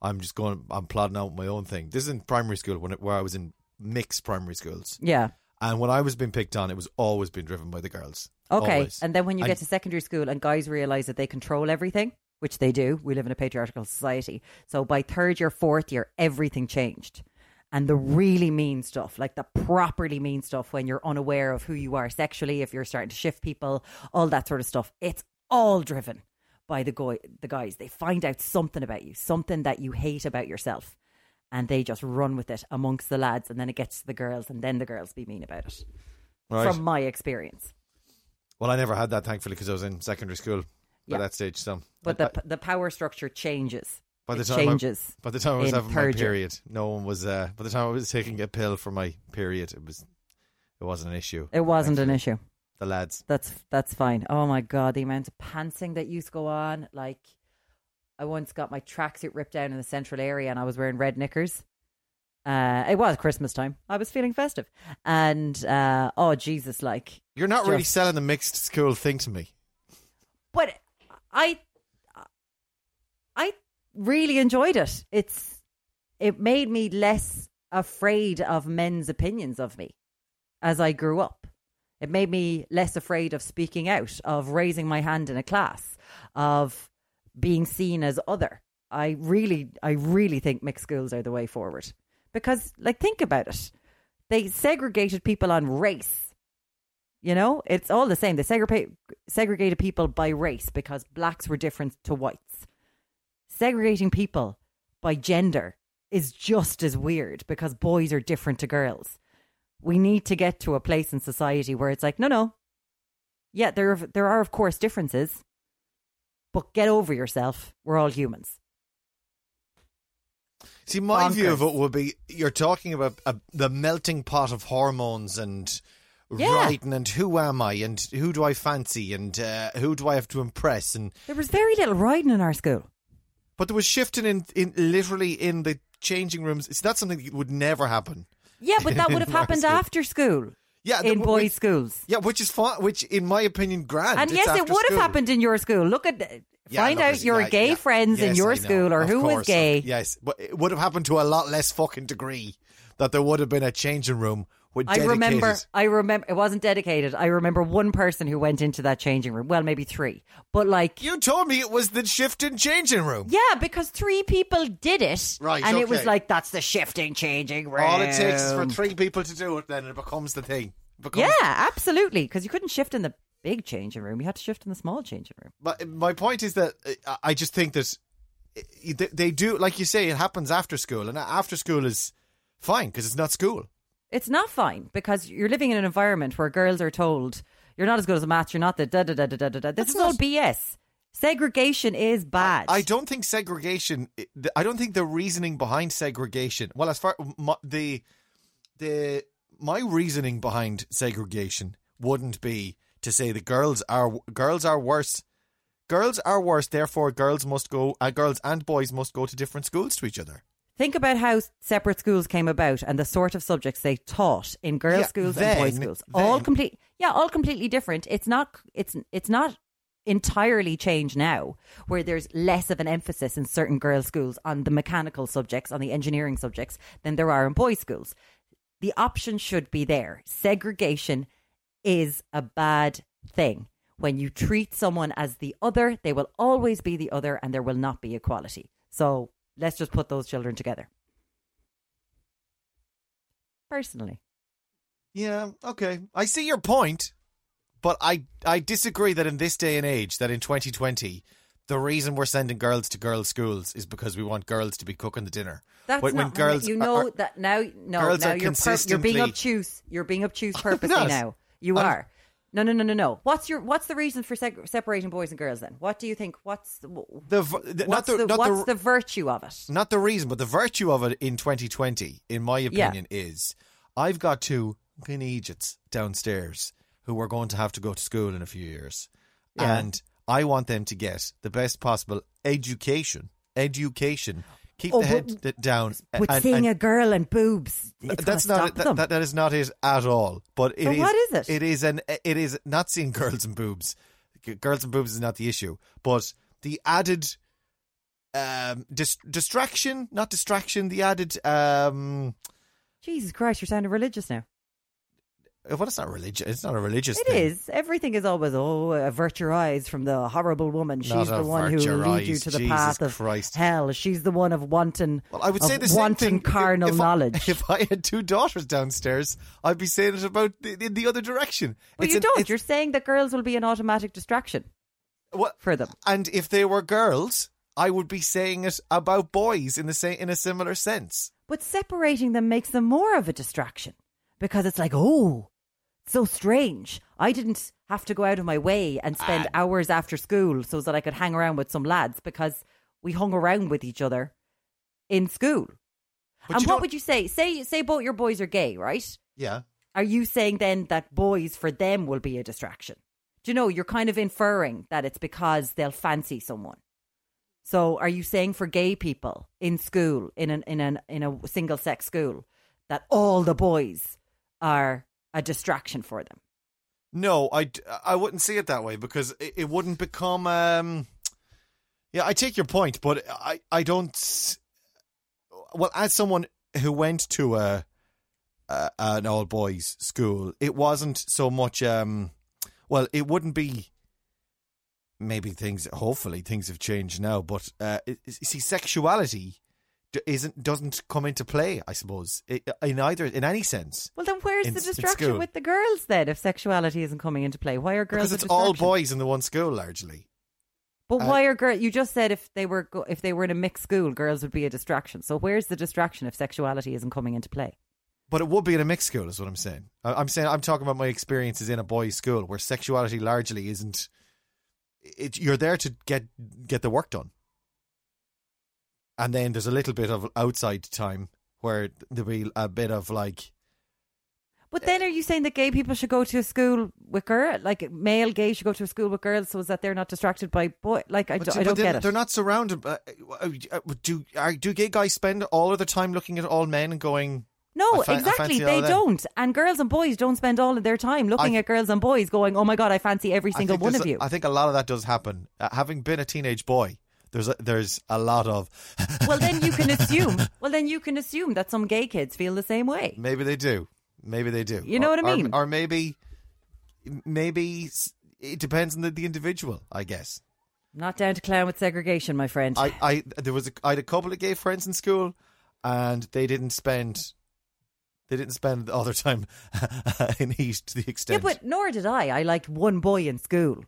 Speaker 2: I'm just going. I'm plodding out my own thing. This is in primary school when it, where I was in mixed primary schools,
Speaker 3: Yeah.
Speaker 2: and when I was being picked on, it was always being driven by the girls.
Speaker 3: Okay,
Speaker 2: Always.
Speaker 3: and then when you
Speaker 2: And-
Speaker 3: get to secondary school and guys realize that they control everything, which they do, we live in a patriarchal society. So by third year, fourth year, everything changed. And the really mean stuff, like the properly mean stuff when you're unaware of who you are sexually, if you're starting to shift people, all that sort of stuff, it's all driven by the, go- the guys. They find out something about you, something that you hate about yourself. And they just run with it amongst the lads, and then it gets to the girls, and then the girls be mean about it.
Speaker 2: right?
Speaker 3: From my experience,
Speaker 2: well, I never had that thankfully because I was in secondary school
Speaker 3: Yeah.
Speaker 2: by that stage. So,
Speaker 3: but
Speaker 2: I-
Speaker 3: the the power structure changes.
Speaker 2: by the
Speaker 3: it
Speaker 2: time I-
Speaker 3: changes.
Speaker 2: By the time I was
Speaker 3: in
Speaker 2: having my
Speaker 3: third year.
Speaker 2: period, no one was. Uh, by the time I was taking a pill for my period, it was, it wasn't an issue.
Speaker 3: It wasn't an issue.
Speaker 2: The lads.
Speaker 3: That's that's fine. Oh my god, the amount of pantsing that used to go on. Like, I once got my tracksuit ripped down in the central area, and I was wearing red knickers. Uh, it was Christmas time. I was feeling festive, and uh, oh Jesus, like,
Speaker 2: You're not really
Speaker 3: Just-
Speaker 2: selling the mixed school thing to me.
Speaker 3: but I, I really enjoyed it. It's it made me less afraid of men's opinions of me as I grew up. It made me less afraid of speaking out, of raising my hand in a class, of being seen as other. I really, I really think mixed schools are the way forward Because, like, think about it. They segregated people on race. You know, it's all the same. They segregate, segregated people by race because blacks were different to whites. Segregating people by gender is just as weird because boys are different to girls. We need to get to a place in society where it's like, no, no. Yeah, there are, there are of course differences, but get over yourself. We're all humans.
Speaker 2: See, my view of it
Speaker 3: Bonkers.
Speaker 2: would be you're talking about uh, the melting pot of hormones and
Speaker 3: Yeah.
Speaker 2: writing and who am I and who do I fancy and uh, who do I have to impress and
Speaker 3: There was very little riding in our school.
Speaker 2: but there was shifting in, in literally in the changing rooms. It's not something that would never happen.
Speaker 3: Yeah, but that would have
Speaker 2: In our
Speaker 3: happened
Speaker 2: school.
Speaker 3: after school
Speaker 2: Yeah, th-
Speaker 3: in
Speaker 2: w-
Speaker 3: boys'
Speaker 2: which-
Speaker 3: schools.
Speaker 2: Yeah, which is fine. Which, in my opinion, grand.
Speaker 3: And
Speaker 2: It's
Speaker 3: yes, it
Speaker 2: after
Speaker 3: would
Speaker 2: school.
Speaker 3: have happened in your school. Look at
Speaker 2: Yeah,
Speaker 3: find
Speaker 2: no,
Speaker 3: out
Speaker 2: it's-
Speaker 3: your
Speaker 2: yeah,
Speaker 3: gay
Speaker 2: yeah.
Speaker 3: friends in
Speaker 2: Yes,
Speaker 3: your
Speaker 2: I know.
Speaker 3: school or
Speaker 2: Of
Speaker 3: who was
Speaker 2: course.
Speaker 3: gay.
Speaker 2: Yes, but it would have happened to a lot less fucking degree that there would have been a changing room with.
Speaker 3: I remember.
Speaker 2: dedicated-
Speaker 3: I remember. It wasn't dedicated. I remember one person who went into that changing room. Well, maybe three, but like,
Speaker 2: You told me it was the shift in changing room.
Speaker 3: yeah, because three people did it,
Speaker 2: Right,
Speaker 3: And it was
Speaker 2: okay.
Speaker 3: like that's the shifting changing room.
Speaker 2: All it takes is for three people to do it, then it becomes the thing. It becomes-
Speaker 3: Yeah, absolutely. Because you couldn't shift in the big changing room. You had to shift in the small changing room.
Speaker 2: But my point is that uh, I just think that uh, they- they do, like you say, it happens after school, and after school is fine because it's not school.
Speaker 3: It's not fine because you're living in an environment where girls are told you're not as good as a match. You're not the da da da da da da. da. This
Speaker 2: That's
Speaker 3: is all
Speaker 2: not-
Speaker 3: BS. Segregation is bad.
Speaker 2: I don't think segregation. I don't think the reasoning behind segregation. Well, as far my, the the my reasoning behind segregation wouldn't be to say the girls are girls are worse. Girls are worse. Therefore, girls must go. Uh, girls and boys must go to different schools to each other.
Speaker 3: Think about how separate schools came about and the sort of subjects they taught in girls'
Speaker 2: Yeah,
Speaker 3: schools
Speaker 2: then-
Speaker 3: and boys' schools. All
Speaker 2: then-
Speaker 3: complete, yeah, all completely different. It's not, it's it's not entirely changed now, where there's less of an emphasis in certain girls' schools on the mechanical subjects, on the engineering subjects, than there are in boys' schools. The option should be there. Segregation is a bad thing. When you treat someone as the other, they will always be the other, and there will not be equality. So let's just put those children together. Personally,
Speaker 2: Yeah. Okay. I see your point, but I I disagree that in this day and age, that in 2020. The reason we're sending girls to girls' schools is because we want girls to be cooking the dinner.
Speaker 3: that's
Speaker 2: when,
Speaker 3: not
Speaker 2: when girls
Speaker 3: you
Speaker 2: are-
Speaker 3: know
Speaker 2: are-
Speaker 3: that now. No,
Speaker 2: girls
Speaker 3: now
Speaker 2: are
Speaker 3: you're per- you're being
Speaker 2: consistently-
Speaker 3: obtuse. You're being obtuse purposely
Speaker 2: not.
Speaker 3: now. You
Speaker 2: I'm-
Speaker 3: are. No, no, no, no, no. What's your What's the reason for seg- separating boys and girls? Then, what do you think? What's the, what's
Speaker 2: the, v- the- not the,
Speaker 3: the,
Speaker 2: not
Speaker 3: what's
Speaker 2: the,
Speaker 3: the virtue of it?
Speaker 2: not the reason, but the virtue of it in 2020, in my
Speaker 3: Yeah.
Speaker 2: opinion, is I've got two fucking Egypts downstairs who are going to have to go to school in a few years,
Speaker 3: Yeah.
Speaker 2: and I want them to get the best possible education. Education. Keep
Speaker 3: Oh,
Speaker 2: the head
Speaker 3: but-
Speaker 2: d- down.
Speaker 3: With
Speaker 2: and- and-
Speaker 3: seeing a girl and boobs, it's
Speaker 2: that's
Speaker 3: gonna
Speaker 2: not
Speaker 3: stop
Speaker 2: it, that,
Speaker 3: them.
Speaker 2: that- that is not it at all. But it
Speaker 3: So
Speaker 2: is.
Speaker 3: what is it?
Speaker 2: It is an. It is not seeing girls and boobs. G- Girls and boobs is not the issue, but the added um dis- distraction, not distraction. The added um.
Speaker 3: Jesus Christ, you're sounding religious now.
Speaker 2: Well, it's not religious. It's not a religious.
Speaker 3: It
Speaker 2: thing.
Speaker 3: is. Everything is always, oh, avert your eyes from the horrible woman. She's
Speaker 2: Not
Speaker 3: the one who
Speaker 2: avert
Speaker 3: will
Speaker 2: your
Speaker 3: lead you
Speaker 2: eyes.
Speaker 3: to the
Speaker 2: Jesus
Speaker 3: path of
Speaker 2: Christ.
Speaker 3: hell. She's the one of wanton,
Speaker 2: Well, I would
Speaker 3: of
Speaker 2: say the same
Speaker 3: wanton
Speaker 2: thing. if-
Speaker 3: carnal
Speaker 2: if I-
Speaker 3: knowledge.
Speaker 2: if I had two daughters downstairs, I'd be saying it about the, in the other direction.
Speaker 3: but
Speaker 2: It's
Speaker 3: you
Speaker 2: an-
Speaker 3: don't.
Speaker 2: it's-
Speaker 3: You're saying that girls will be an automatic distraction
Speaker 2: what,
Speaker 3: for them.
Speaker 2: And if they were girls, I would be saying it about boys in the same in a similar sense.
Speaker 3: But separating them makes them more of a distraction because it's like, oh, it's so strange. I didn't have to go out of my way and spend
Speaker 2: Ah.
Speaker 3: hours after school so that I could hang around with some lads because we hung around with each other in school.
Speaker 2: But
Speaker 3: and
Speaker 2: you
Speaker 3: what
Speaker 2: don't-
Speaker 3: would you say? Say say both your boys are gay, right?
Speaker 2: Yeah.
Speaker 3: Are you saying then that boys for them will be a distraction? Do you know you're kind of inferring that it's because they'll fancy someone. So are you saying for gay people in school in an in an in a single sex school that all the boys are a distraction for them?
Speaker 2: No, I d- I wouldn't see it that way because it, it wouldn't become. Um, yeah, I take your point, but I I don't. s- Well, as someone who went to a, a an all boys school, it wasn't so much. Um, well, it wouldn't be. Maybe things. Hopefully, things have changed now. But uh, it- it- see, sexuality d- isn't doesn't come into play. I suppose i in either in any sense
Speaker 3: Well, then where's
Speaker 2: In-
Speaker 3: the
Speaker 2: in
Speaker 3: distraction
Speaker 2: school.
Speaker 3: with the girls then? If sexuality isn't coming into play, why are girls?
Speaker 2: because
Speaker 3: a
Speaker 2: it's all
Speaker 3: distraction?
Speaker 2: boys in the one school largely.
Speaker 3: But
Speaker 2: Uh,
Speaker 3: why are girls? You just said if they were go- if they were in a mixed school, girls would be a distraction. So where's the distraction if sexuality isn't coming into play?
Speaker 2: But it would be in a mixed school, is what I'm saying. I- I'm saying I'm talking about my experiences in a boys' school where sexuality largely isn't. It, you're there to get get the work done, and then there's a little bit of outside time where there'll be a bit of like
Speaker 3: But then are you saying that gay people should go to a school with girls? Like male gay should go to a school with girls so as that they're not distracted by boy? Like I, do,
Speaker 2: But-
Speaker 3: I
Speaker 2: but
Speaker 3: don't
Speaker 2: they-
Speaker 3: get it.
Speaker 2: They're not surrounded. By, uh, uh, do are, do gay guys spend all of their time looking at all men and going?
Speaker 3: no,
Speaker 2: I fan- I
Speaker 3: exactly.
Speaker 2: fancy all
Speaker 3: They
Speaker 2: them.
Speaker 3: don't. And girls and boys don't spend all of their time looking
Speaker 2: I-
Speaker 3: at girls and boys going, oh my God, I fancy every
Speaker 2: I
Speaker 3: single
Speaker 2: think
Speaker 3: one
Speaker 2: there's
Speaker 3: of
Speaker 2: a-
Speaker 3: you.
Speaker 2: I think a lot of that does happen. Uh, having been a teenage boy, there's a, there's a lot of.
Speaker 3: well, then you can assume. Well, then you can assume that some gay kids feel the same way.
Speaker 2: Maybe they do. Maybe they do.
Speaker 3: You know
Speaker 2: Or-
Speaker 3: what I
Speaker 2: or-
Speaker 3: mean?
Speaker 2: Or, maybe, maybe s- it depends on the, the individual. I guess.
Speaker 3: Not down to clown with segregation, my friend.
Speaker 2: I, I there was a, I had a couple of gay friends in school, and they didn't spend. They didn't spend all their time in heat to the
Speaker 3: yeah,
Speaker 2: extent.
Speaker 3: but nor did I. I liked one boy in school,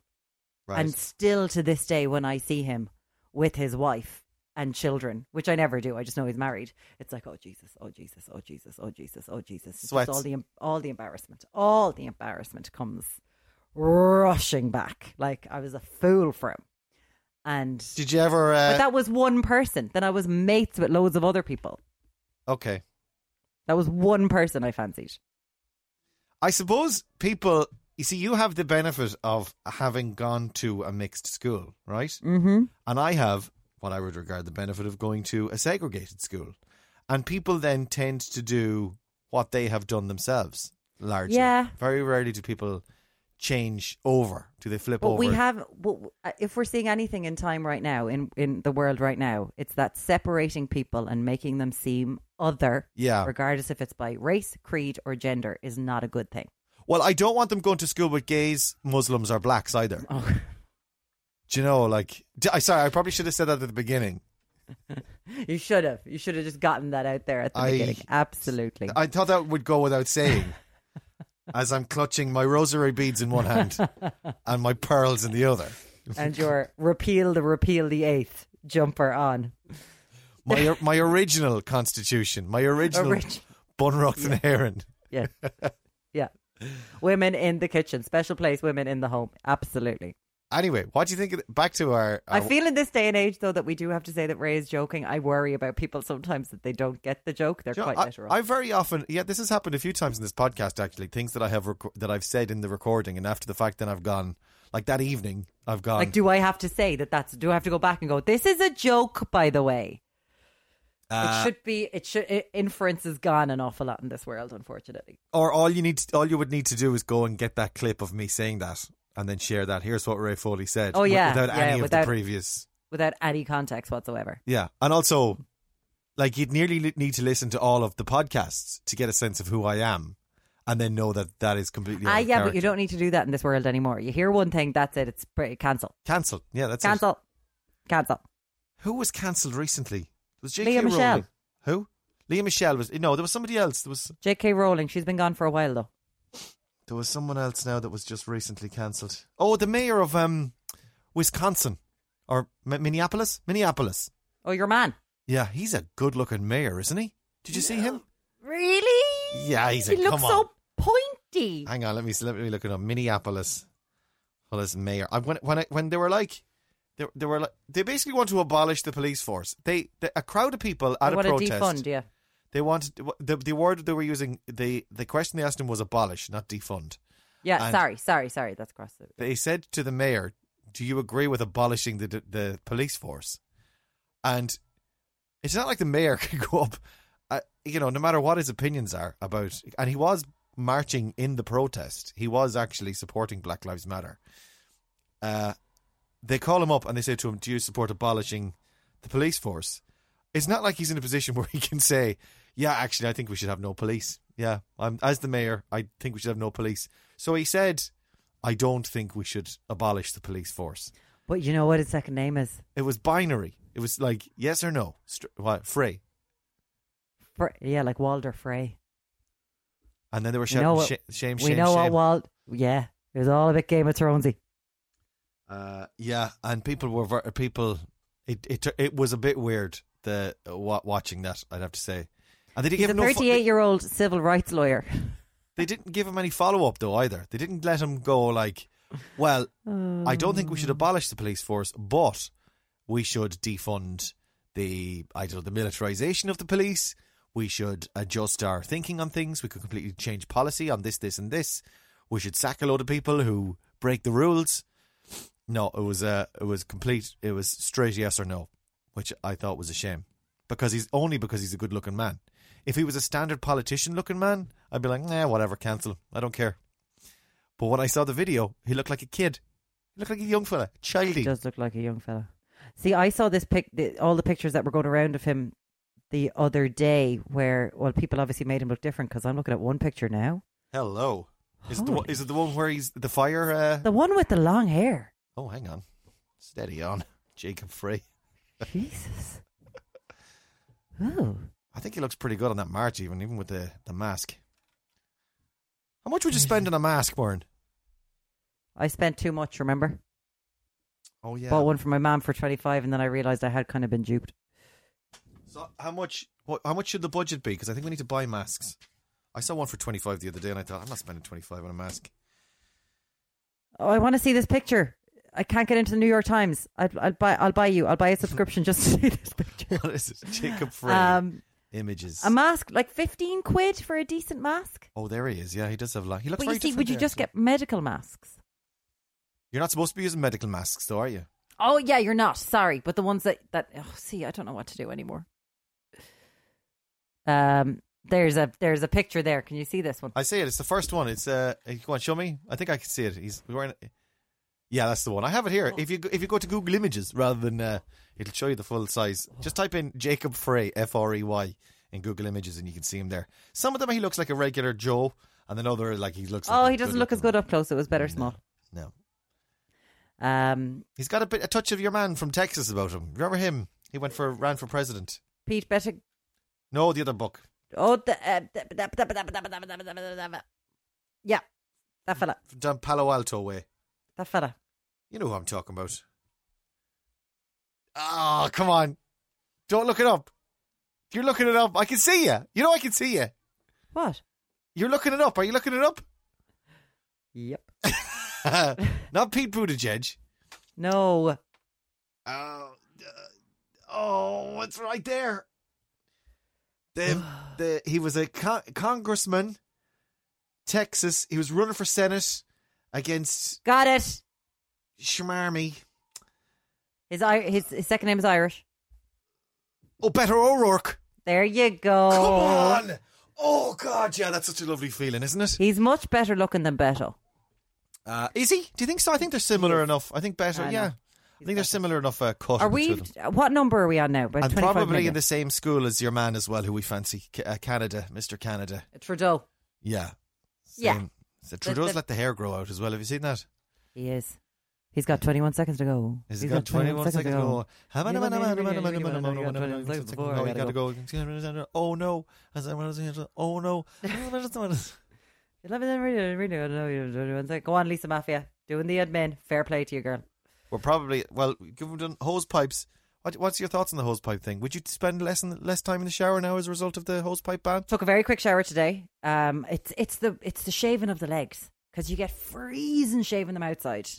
Speaker 2: right.
Speaker 3: and still to this day, when I see him with his wife and children, which I never do, I just know he's married. It's like, oh Jesus, oh Jesus, oh Jesus, oh Jesus, oh Jesus. It's just
Speaker 2: Sweats.
Speaker 3: all the em- all the embarrassment, all the embarrassment comes rushing back. Like I was a fool for him, and
Speaker 2: Did you ever? Uh,
Speaker 3: but that was one person. Then I was mates with loads of other people.
Speaker 2: okay,
Speaker 3: That was one person I fancied.
Speaker 2: I suppose people. You see, you have the benefit of having gone to a mixed school, right?
Speaker 3: Mm-hmm.
Speaker 2: And I have what I would regard the benefit of going to a segregated school, and people then tend to do what they have done themselves. Largely,
Speaker 3: Yeah.
Speaker 2: Very rarely do people change over. Do they flip
Speaker 3: But
Speaker 2: over?
Speaker 3: we have, well, uh, if we're seeing anything in time right now, in, in the world right now, it's that separating people and making them seem other,
Speaker 2: yeah.
Speaker 3: regardless if it's by race, creed, or gender, is not a good thing.
Speaker 2: Well, I don't want them going to school with gays, Muslims, or blacks either.
Speaker 3: Oh.
Speaker 2: Do you know? Like, d- I sorry, I probably should have said that at the beginning.
Speaker 3: You should have. You should have just gotten that out there at the
Speaker 2: I-
Speaker 3: beginning. Absolutely.
Speaker 2: I thought that would go without saying. as I'm clutching my rosary beads in one hand and my pearls in the other.
Speaker 3: and your repeal the repeal the eighth jumper on.
Speaker 2: My my original constitution, my original
Speaker 3: Orig-
Speaker 2: Bunrock and Heron.
Speaker 3: Yeah. yeah. Women in the kitchen, special place, women in the home. Absolutely.
Speaker 2: Anyway, what do you think? Of the, back to our,
Speaker 3: I
Speaker 2: our-
Speaker 3: feel in this day and age, though, that we do have to say that Ray is joking. I worry about people sometimes that they don't get the joke. They're
Speaker 2: Do you know,
Speaker 3: quite literal.
Speaker 2: I, I very often, yeah, this has happened a few times in this podcast. Actually, things that I have rec- that I've said in the recording, and after the fact, then I've gone like that evening. I've gone.
Speaker 3: like, do I have to say that that's? Do I have to go back and go? This is a joke, by the way.
Speaker 2: Uh,
Speaker 3: it should be. It should. i inference is gone an awful lot in this world, unfortunately.
Speaker 2: or all you need, to, all you would need to do is go and get that clip of me saying that, and then share that. Here's what Ray Foley said.
Speaker 3: Oh,
Speaker 2: wi-
Speaker 3: yeah,
Speaker 2: without
Speaker 3: yeah,
Speaker 2: any of
Speaker 3: without-
Speaker 2: the previous.
Speaker 3: Without any context whatsoever.
Speaker 2: Yeah, and also, like you'd nearly li- need to listen to all of the podcasts to get a sense of who I am, and then know that that is completely. out
Speaker 3: ah,
Speaker 2: of
Speaker 3: yeah, but you
Speaker 2: character.
Speaker 3: don't need to do that in this world anymore. You hear one thing, that's it. It's pretty, cancel,
Speaker 2: cancel. Yeah, that's it.
Speaker 3: cancel, cancel.
Speaker 2: Who was cancelled recently? It was J.K.
Speaker 3: Leah
Speaker 2: Rowling.
Speaker 3: Michele.
Speaker 2: Who? Leah Michelle was no. There was somebody else. There was
Speaker 3: J.K. Rowling, she's been gone for a while though.
Speaker 2: there was someone else now that was just recently cancelled. Oh, the mayor of um Wisconsin or M- Minneapolis, Minneapolis.
Speaker 3: Oh, your man,
Speaker 2: Yeah, he's a good-looking mayor, isn't he? Did you see him?
Speaker 3: really?
Speaker 2: Yeah, he's a.
Speaker 3: He looks
Speaker 2: come on.
Speaker 3: so pointy.
Speaker 2: Hang on, let me let me look it up. Minneapolis, well, as mayor. I when when I, when they were like, they, they were like, they basically want to abolish the police force. They, they a crowd of people at
Speaker 3: I
Speaker 2: a
Speaker 3: want to
Speaker 2: protest.
Speaker 3: defund, yeah.
Speaker 2: They wanted the the word they were using. The the question they asked him was abolish, not defund.
Speaker 3: Yeah,
Speaker 2: And-
Speaker 3: sorry, sorry, sorry. That's cross. the-
Speaker 2: They said to the mayor, "Do you agree with abolishing the the police force?" And it's not like the mayor could go up, uh, you know, no matter what his opinions are about. And he was marching in the protest. He was actually supporting Black Lives Matter. Uh, they call him up and they say to him, "Do you support abolishing the police force?" It's not like he's in a position where he can say, "Yeah, actually, I think we should have no police." Yeah, I'm as the mayor, I think we should have no police. So he said, "I don't think we should abolish the police force."
Speaker 3: But you know what his second name is?
Speaker 2: It was binary. It was like yes or no. Str- what Frey?
Speaker 3: Fre- yeah, like Walder Frey.
Speaker 2: And then they were
Speaker 3: We
Speaker 2: shouting,
Speaker 3: know what-
Speaker 2: "Sh- shame,
Speaker 3: we
Speaker 2: shame,
Speaker 3: know what
Speaker 2: shame.
Speaker 3: Wal. Yeah, it was all a bit Game of Thronesy.
Speaker 2: Uh, yeah, and people were ver- people. It it it was a bit weird the uh, wa- watching that. I'd have to say, and they didn't
Speaker 3: He's
Speaker 2: give him
Speaker 3: a
Speaker 2: no. fo- they-
Speaker 3: thirty-eight-year-old civil rights lawyer.
Speaker 2: they didn't give him any follow up though either. They didn't let him go like, well, I don't think we
Speaker 3: Oh.
Speaker 2: should abolish the police force, but we should defund the I don't know the militarization of the police. We should adjust our thinking on things. We could completely change policy on this, this, and this. We should sack a load of people who break the rules. No, it was uh, it was complete. It was straight yes or no, which I thought was a shame because he's only because he's a good looking man. If he was a standard politician looking man, I'd be like, nah, whatever, cancel. him. I don't care. But when I saw the video, he looked like a kid. He looked like a young fella,
Speaker 3: He
Speaker 2: childy.
Speaker 3: does look like a young fella. See, I saw this pic, the, all the pictures that were going around of him the other day, where well, people obviously made him look different because I'm looking at one picture now,
Speaker 2: Hello. Is it, the, one-
Speaker 3: Holy.
Speaker 2: is it the one where he's the fire? Uh...
Speaker 3: the one with the long hair.
Speaker 2: Oh, hang on. Steady on. Jacob Free.
Speaker 3: Jesus. Ooh.
Speaker 2: I think he looks pretty good on that march, even even with the, the mask. How much would you spend on a mask, Warren?
Speaker 3: I spent too much, remember?
Speaker 2: Oh, yeah.
Speaker 3: Bought one for my mom for 25 and then I realized I had kind of been duped.
Speaker 2: So how much? What, how much should the budget be? Because I think we need to buy masks. I saw one for twenty five the other day, and I thought I'm not spending twenty five on a mask.
Speaker 3: Oh, I want to see this picture. I can't get into the New York Times. I'd, I'll buy I'll buy you. I'll buy a subscription just to see this picture.
Speaker 2: What is it? Jacob Free
Speaker 3: Um,
Speaker 2: images.
Speaker 3: a mask like 15 quid for a decent mask?
Speaker 2: oh, there he is. Yeah, he does have. Long, he looks.
Speaker 3: But
Speaker 2: very
Speaker 3: you see,
Speaker 2: different
Speaker 3: would you
Speaker 2: there,
Speaker 3: just
Speaker 2: actually.
Speaker 3: get medical masks?
Speaker 2: You're not supposed to be using medical masks, though, are you?
Speaker 3: Oh yeah, you're not. Sorry, but the ones that that oh, see, I don't know what to do anymore. Um, there's a there's a picture there. Can you see this one?
Speaker 2: I see it. It's the first one. It's uh, go on, show me. I think I can see it. He's wearing. Yeah, that's the one. I have it
Speaker 3: Oh.
Speaker 2: here. If you go- if you go to Google Images rather than uh, it'll show you the full size.
Speaker 3: Oh.
Speaker 2: Just type in Jacob Frey F R E Y in Google Images and you can see him there. Some of them he looks like a regular Joe, and another like he looks.
Speaker 3: oh,
Speaker 2: like a
Speaker 3: he doesn't look as
Speaker 2: good-looking-
Speaker 3: good up close. It was better small.
Speaker 2: No,
Speaker 3: Um,
Speaker 2: he's got a bit a touch of your man from Texas about him. Remember him? He went for ran for president.
Speaker 3: Pete better.
Speaker 2: No, the other book.
Speaker 3: Oh, the, uh, the- yeah, that fella,
Speaker 2: from down Palo Alto way.
Speaker 3: that fella.
Speaker 2: You know who I'm talking about. Oh, come on. Don't look it up. You're looking it up. I can see you. You know I can see you.
Speaker 3: What?
Speaker 2: You're looking it up. Are you looking it up?
Speaker 3: Yep.
Speaker 2: Not Pete Buttigieg.
Speaker 3: No.
Speaker 2: Oh, uh, oh, it's right there. The, the, he was a con- congressman, Texas. He was running for Senate against
Speaker 3: Got it.
Speaker 2: Schmarmy.
Speaker 3: His I- his his second name is Irish.
Speaker 2: Oh, better O'Rourke.
Speaker 3: There you go.
Speaker 2: Come on! Oh God, yeah, that's such a lovely feeling, isn't it?
Speaker 3: He's much better looking than Beto.
Speaker 2: Uh, is he? Do you think so? I think they're similar enough. I think better.
Speaker 3: I know.
Speaker 2: yeah, I think they're similar enough. Uh, cut
Speaker 3: Are
Speaker 2: between
Speaker 3: we?
Speaker 2: them.
Speaker 3: What number are we on now? About
Speaker 2: And
Speaker 3: 25
Speaker 2: probably
Speaker 3: million.
Speaker 2: in the same school as your man as well, who we fancy, C- uh, Canada, Mister Canada.
Speaker 3: Trudeau.
Speaker 2: Yeah,
Speaker 3: Yeah.
Speaker 2: Same. So Trudeau's
Speaker 3: the-
Speaker 2: let the hair grow out as well. Have you seen that?
Speaker 3: He is. He's got 21 seconds to go.
Speaker 2: Has he got 21 seconds to go? How many-
Speaker 3: You got
Speaker 2: many- many- many- many-
Speaker 3: you
Speaker 2: many-
Speaker 3: got
Speaker 2: many-
Speaker 3: 21
Speaker 2: many- many-
Speaker 3: seconds
Speaker 2: many-
Speaker 3: before
Speaker 2: no,
Speaker 3: I
Speaker 2: you
Speaker 3: gotta
Speaker 2: gotta go. Oh no! Oh no!
Speaker 3: Go on, Lisa Mafia. Doing the admin. Fair play to you, girl.
Speaker 2: We're probably well. Give them done hose pipes. What, what's your thoughts on the hose pipe thing? Would you spend less and less time in the shower now as a result of the hose pipe ban?
Speaker 3: Took a very quick shower today. Um, it's it's the it's the shaving of the legs because you get freezing shaving them outside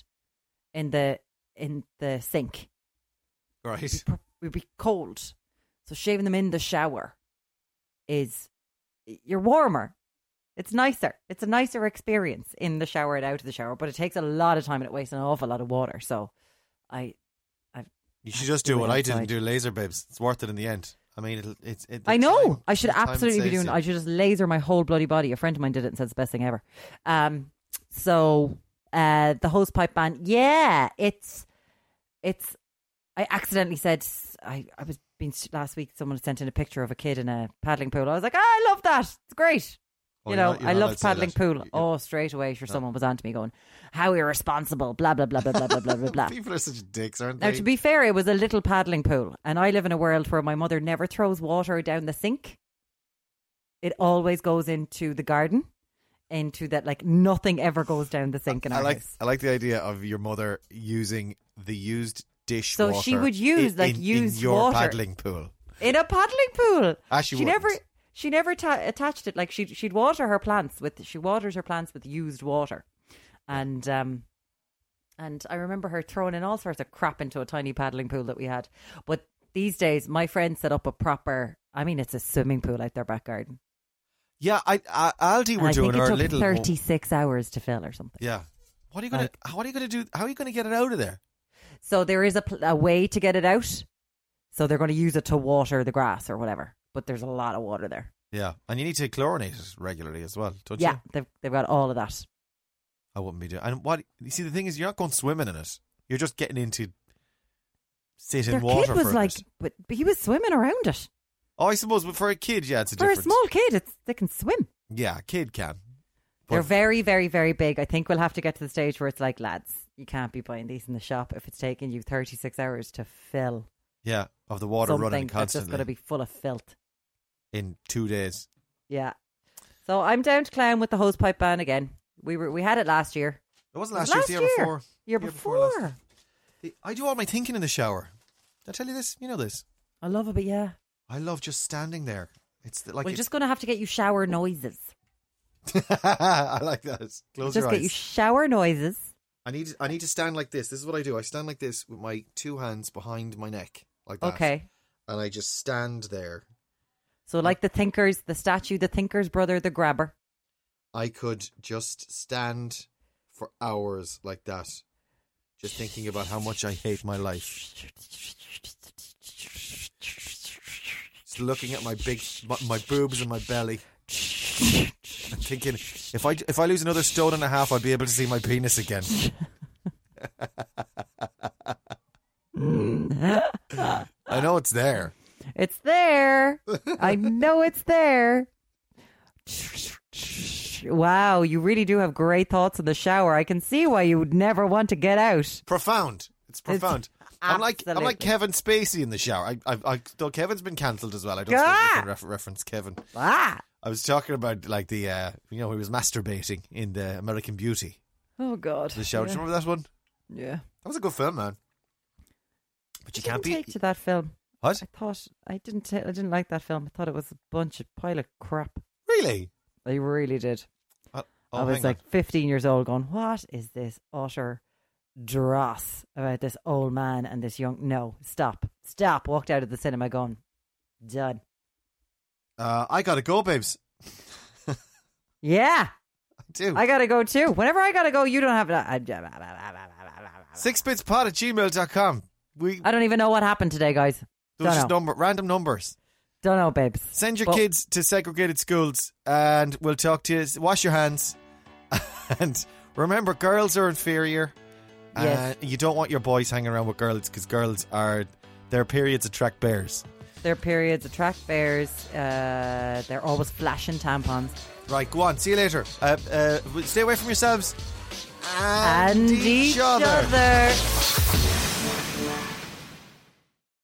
Speaker 3: in the in the sink.
Speaker 2: Right.
Speaker 3: We'd be cold, so shaving them in the shower is you're warmer. It's nicer. It's a nicer experience in the shower and out of the shower, but it takes a lot of time and it wastes an awful lot of water. So, I
Speaker 2: You should just do
Speaker 3: Do it
Speaker 2: what I didn't
Speaker 3: outside.
Speaker 2: do, laser babes. It's worth it in the end. I mean, it'll, it's. It, the
Speaker 3: I know
Speaker 2: time-
Speaker 3: I should
Speaker 2: the time it
Speaker 3: absolutely be
Speaker 2: saves
Speaker 3: doing.
Speaker 2: you.
Speaker 3: I should just laser my whole bloody body. A friend of mine did it and said it's the best thing ever. Um, so uh, the hose pipe ban, yeah, it's it's. I accidentally said I I was being last week. Someone had sent in a picture of a kid in a paddling pool. I was like, "Ah, I love that. It's great.
Speaker 2: Oh,
Speaker 3: you
Speaker 2: you're
Speaker 3: know,
Speaker 2: not- you're
Speaker 3: I
Speaker 2: not allowed
Speaker 3: loved
Speaker 2: to say
Speaker 3: paddling
Speaker 2: that.
Speaker 3: pool.
Speaker 2: You- you-
Speaker 3: Oh, straight away, sure, someone was on to me going, "How irresponsible!" Blah blah blah blah blah blah blah blah blah.
Speaker 2: People are such dicks, aren't
Speaker 3: Now,
Speaker 2: they?
Speaker 3: to be fair, it was a little paddling pool, and I live in a world where my mother never throws water down the sink. It always goes into the garden, into that like nothing ever goes down the sink in
Speaker 2: I
Speaker 3: our
Speaker 2: like
Speaker 3: house.
Speaker 2: I like the idea of your mother using the used dishwater.
Speaker 3: she would use,
Speaker 2: in,
Speaker 3: like,
Speaker 2: in, in
Speaker 3: used
Speaker 2: your
Speaker 3: water.
Speaker 2: paddling pool.
Speaker 3: in a paddling pool.
Speaker 2: Ah, she wouldn't.
Speaker 3: never she never ta- attached it. Like she she'd water her plants with she waters her plants with used water, and um, and I remember her throwing in all sorts of crap into a tiny paddling pool that we had. But these days, my friend set up a proper. I mean, it's a swimming pool out their back garden.
Speaker 2: Yeah, I, I Aldi
Speaker 3: And
Speaker 2: were
Speaker 3: I
Speaker 2: doing
Speaker 3: think it
Speaker 2: our
Speaker 3: took
Speaker 2: little
Speaker 3: thirty six hours to fill or something.
Speaker 2: Yeah. What are you gonna?
Speaker 3: Like-
Speaker 2: how are you gonna do? How are you gonna get it out of there?
Speaker 3: So there is a, pl- a way to get it out. So they're going to use it to water the grass or whatever. But there's a lot of water there.
Speaker 2: Yeah, and you need to chlorinate it regularly as well, don't
Speaker 3: yeah,
Speaker 2: you?
Speaker 3: they've they've got all of that.
Speaker 2: I wouldn't be doing. And what you see, the thing is, you're not going swimming in it. You're just getting into sitting
Speaker 3: Their
Speaker 2: water
Speaker 3: kid was
Speaker 2: for a
Speaker 3: like,
Speaker 2: bit.
Speaker 3: but, but he was swimming around it.
Speaker 2: Oh, I suppose, but for a kid, yeah, it's a
Speaker 3: For
Speaker 2: different.
Speaker 3: a small kid, it's, they can swim.
Speaker 2: yeah, a kid can.
Speaker 3: They're
Speaker 2: But
Speaker 3: very, very, very big. I think we'll have to get to the stage where it's like, lads, you can't be buying these in the shop if it's taking you 36 hours to fill
Speaker 2: yeah, of the water
Speaker 3: something
Speaker 2: running
Speaker 3: that's just
Speaker 2: constantly
Speaker 3: going to be full of filth.
Speaker 2: in two days.
Speaker 3: Yeah. So I'm down to clown with the hose pipe ban again. We were we had it last year.
Speaker 2: It
Speaker 3: It
Speaker 2: wasn't
Speaker 3: was
Speaker 2: last, year. It's the year before.
Speaker 3: Year
Speaker 2: last.
Speaker 3: before.
Speaker 2: The- I do all my thinking in the shower. Did I tell you this? You know this.
Speaker 3: I love it, but yeah.
Speaker 2: I love just standing there. It's the, like
Speaker 3: We're
Speaker 2: it-
Speaker 3: just going to have to get you shower noises.
Speaker 2: I like that. Close
Speaker 3: just
Speaker 2: your
Speaker 3: get
Speaker 2: eyes.
Speaker 3: you shower noises.
Speaker 2: I need I need to stand like this. This is what I do. I stand like this with my two hands behind my neck, like that.
Speaker 3: Okay.
Speaker 2: And I just stand there.
Speaker 3: So like the thinkers, the statue, the thinker's brother, the grabber.
Speaker 2: I could just stand for hours like that, just thinking about how much I hate my life. Just looking at my big my, my boobs and my belly. And thinking if I if I lose another stone and a half, I'd be able to see my penis again. I know it's there.
Speaker 3: It's there. I know it's there. Wow, you really do have great thoughts in the shower. I can see why you would never want to get out.
Speaker 2: profound. It's profound. I'm like I'm like
Speaker 3: absolutely.
Speaker 2: Kevin Spacey in the shower. I, I, I though Kevin's been cancelled as well. I don't
Speaker 3: Ah!
Speaker 2: think you can ref- reference Kevin.
Speaker 3: Ah.
Speaker 2: I was talking about like the uh, you know he was masturbating in the American Beauty
Speaker 3: Oh god.
Speaker 2: the shower. Do
Speaker 3: Yeah.
Speaker 2: you remember that one?
Speaker 3: yeah.
Speaker 2: That was a good film, man. But you
Speaker 3: I
Speaker 2: can't
Speaker 3: didn't
Speaker 2: be
Speaker 3: take to that film.
Speaker 2: what
Speaker 3: I thought I didn't ta- I didn't like that film. I thought it was a bunch of pile of crap.
Speaker 2: really.
Speaker 3: I really did.
Speaker 2: Oh,
Speaker 3: I
Speaker 2: oh,
Speaker 3: was
Speaker 2: hang on.
Speaker 3: like 15 years old going, what is this utter dross about this old man and this young... No, stop. Stop. Walked out of the cinema going, done.
Speaker 2: uh, I gotta go, babes.
Speaker 3: Yeah,
Speaker 2: I do.
Speaker 3: I
Speaker 2: I-
Speaker 3: got to go too. Whenever I got to go, you don't have to...
Speaker 2: Sixbitspod at gmail.com. We
Speaker 3: I don't even know what happened today, guys.
Speaker 2: those
Speaker 3: Don't
Speaker 2: just
Speaker 3: know.
Speaker 2: number random numbers.
Speaker 3: Don't know, babes.
Speaker 2: Send your
Speaker 3: But-
Speaker 2: kids to segregated schools and we'll talk to you. Wash your hands. And remember, girls are inferior.
Speaker 3: Yes.
Speaker 2: And you don't want your boys hanging around with girls because girls are, their periods attract bears.
Speaker 3: Their periods attract bears. Uh, they're always flashing tampons.
Speaker 2: Right, go on. See you later. Uh, uh, stay away from yourselves and,
Speaker 3: And each other.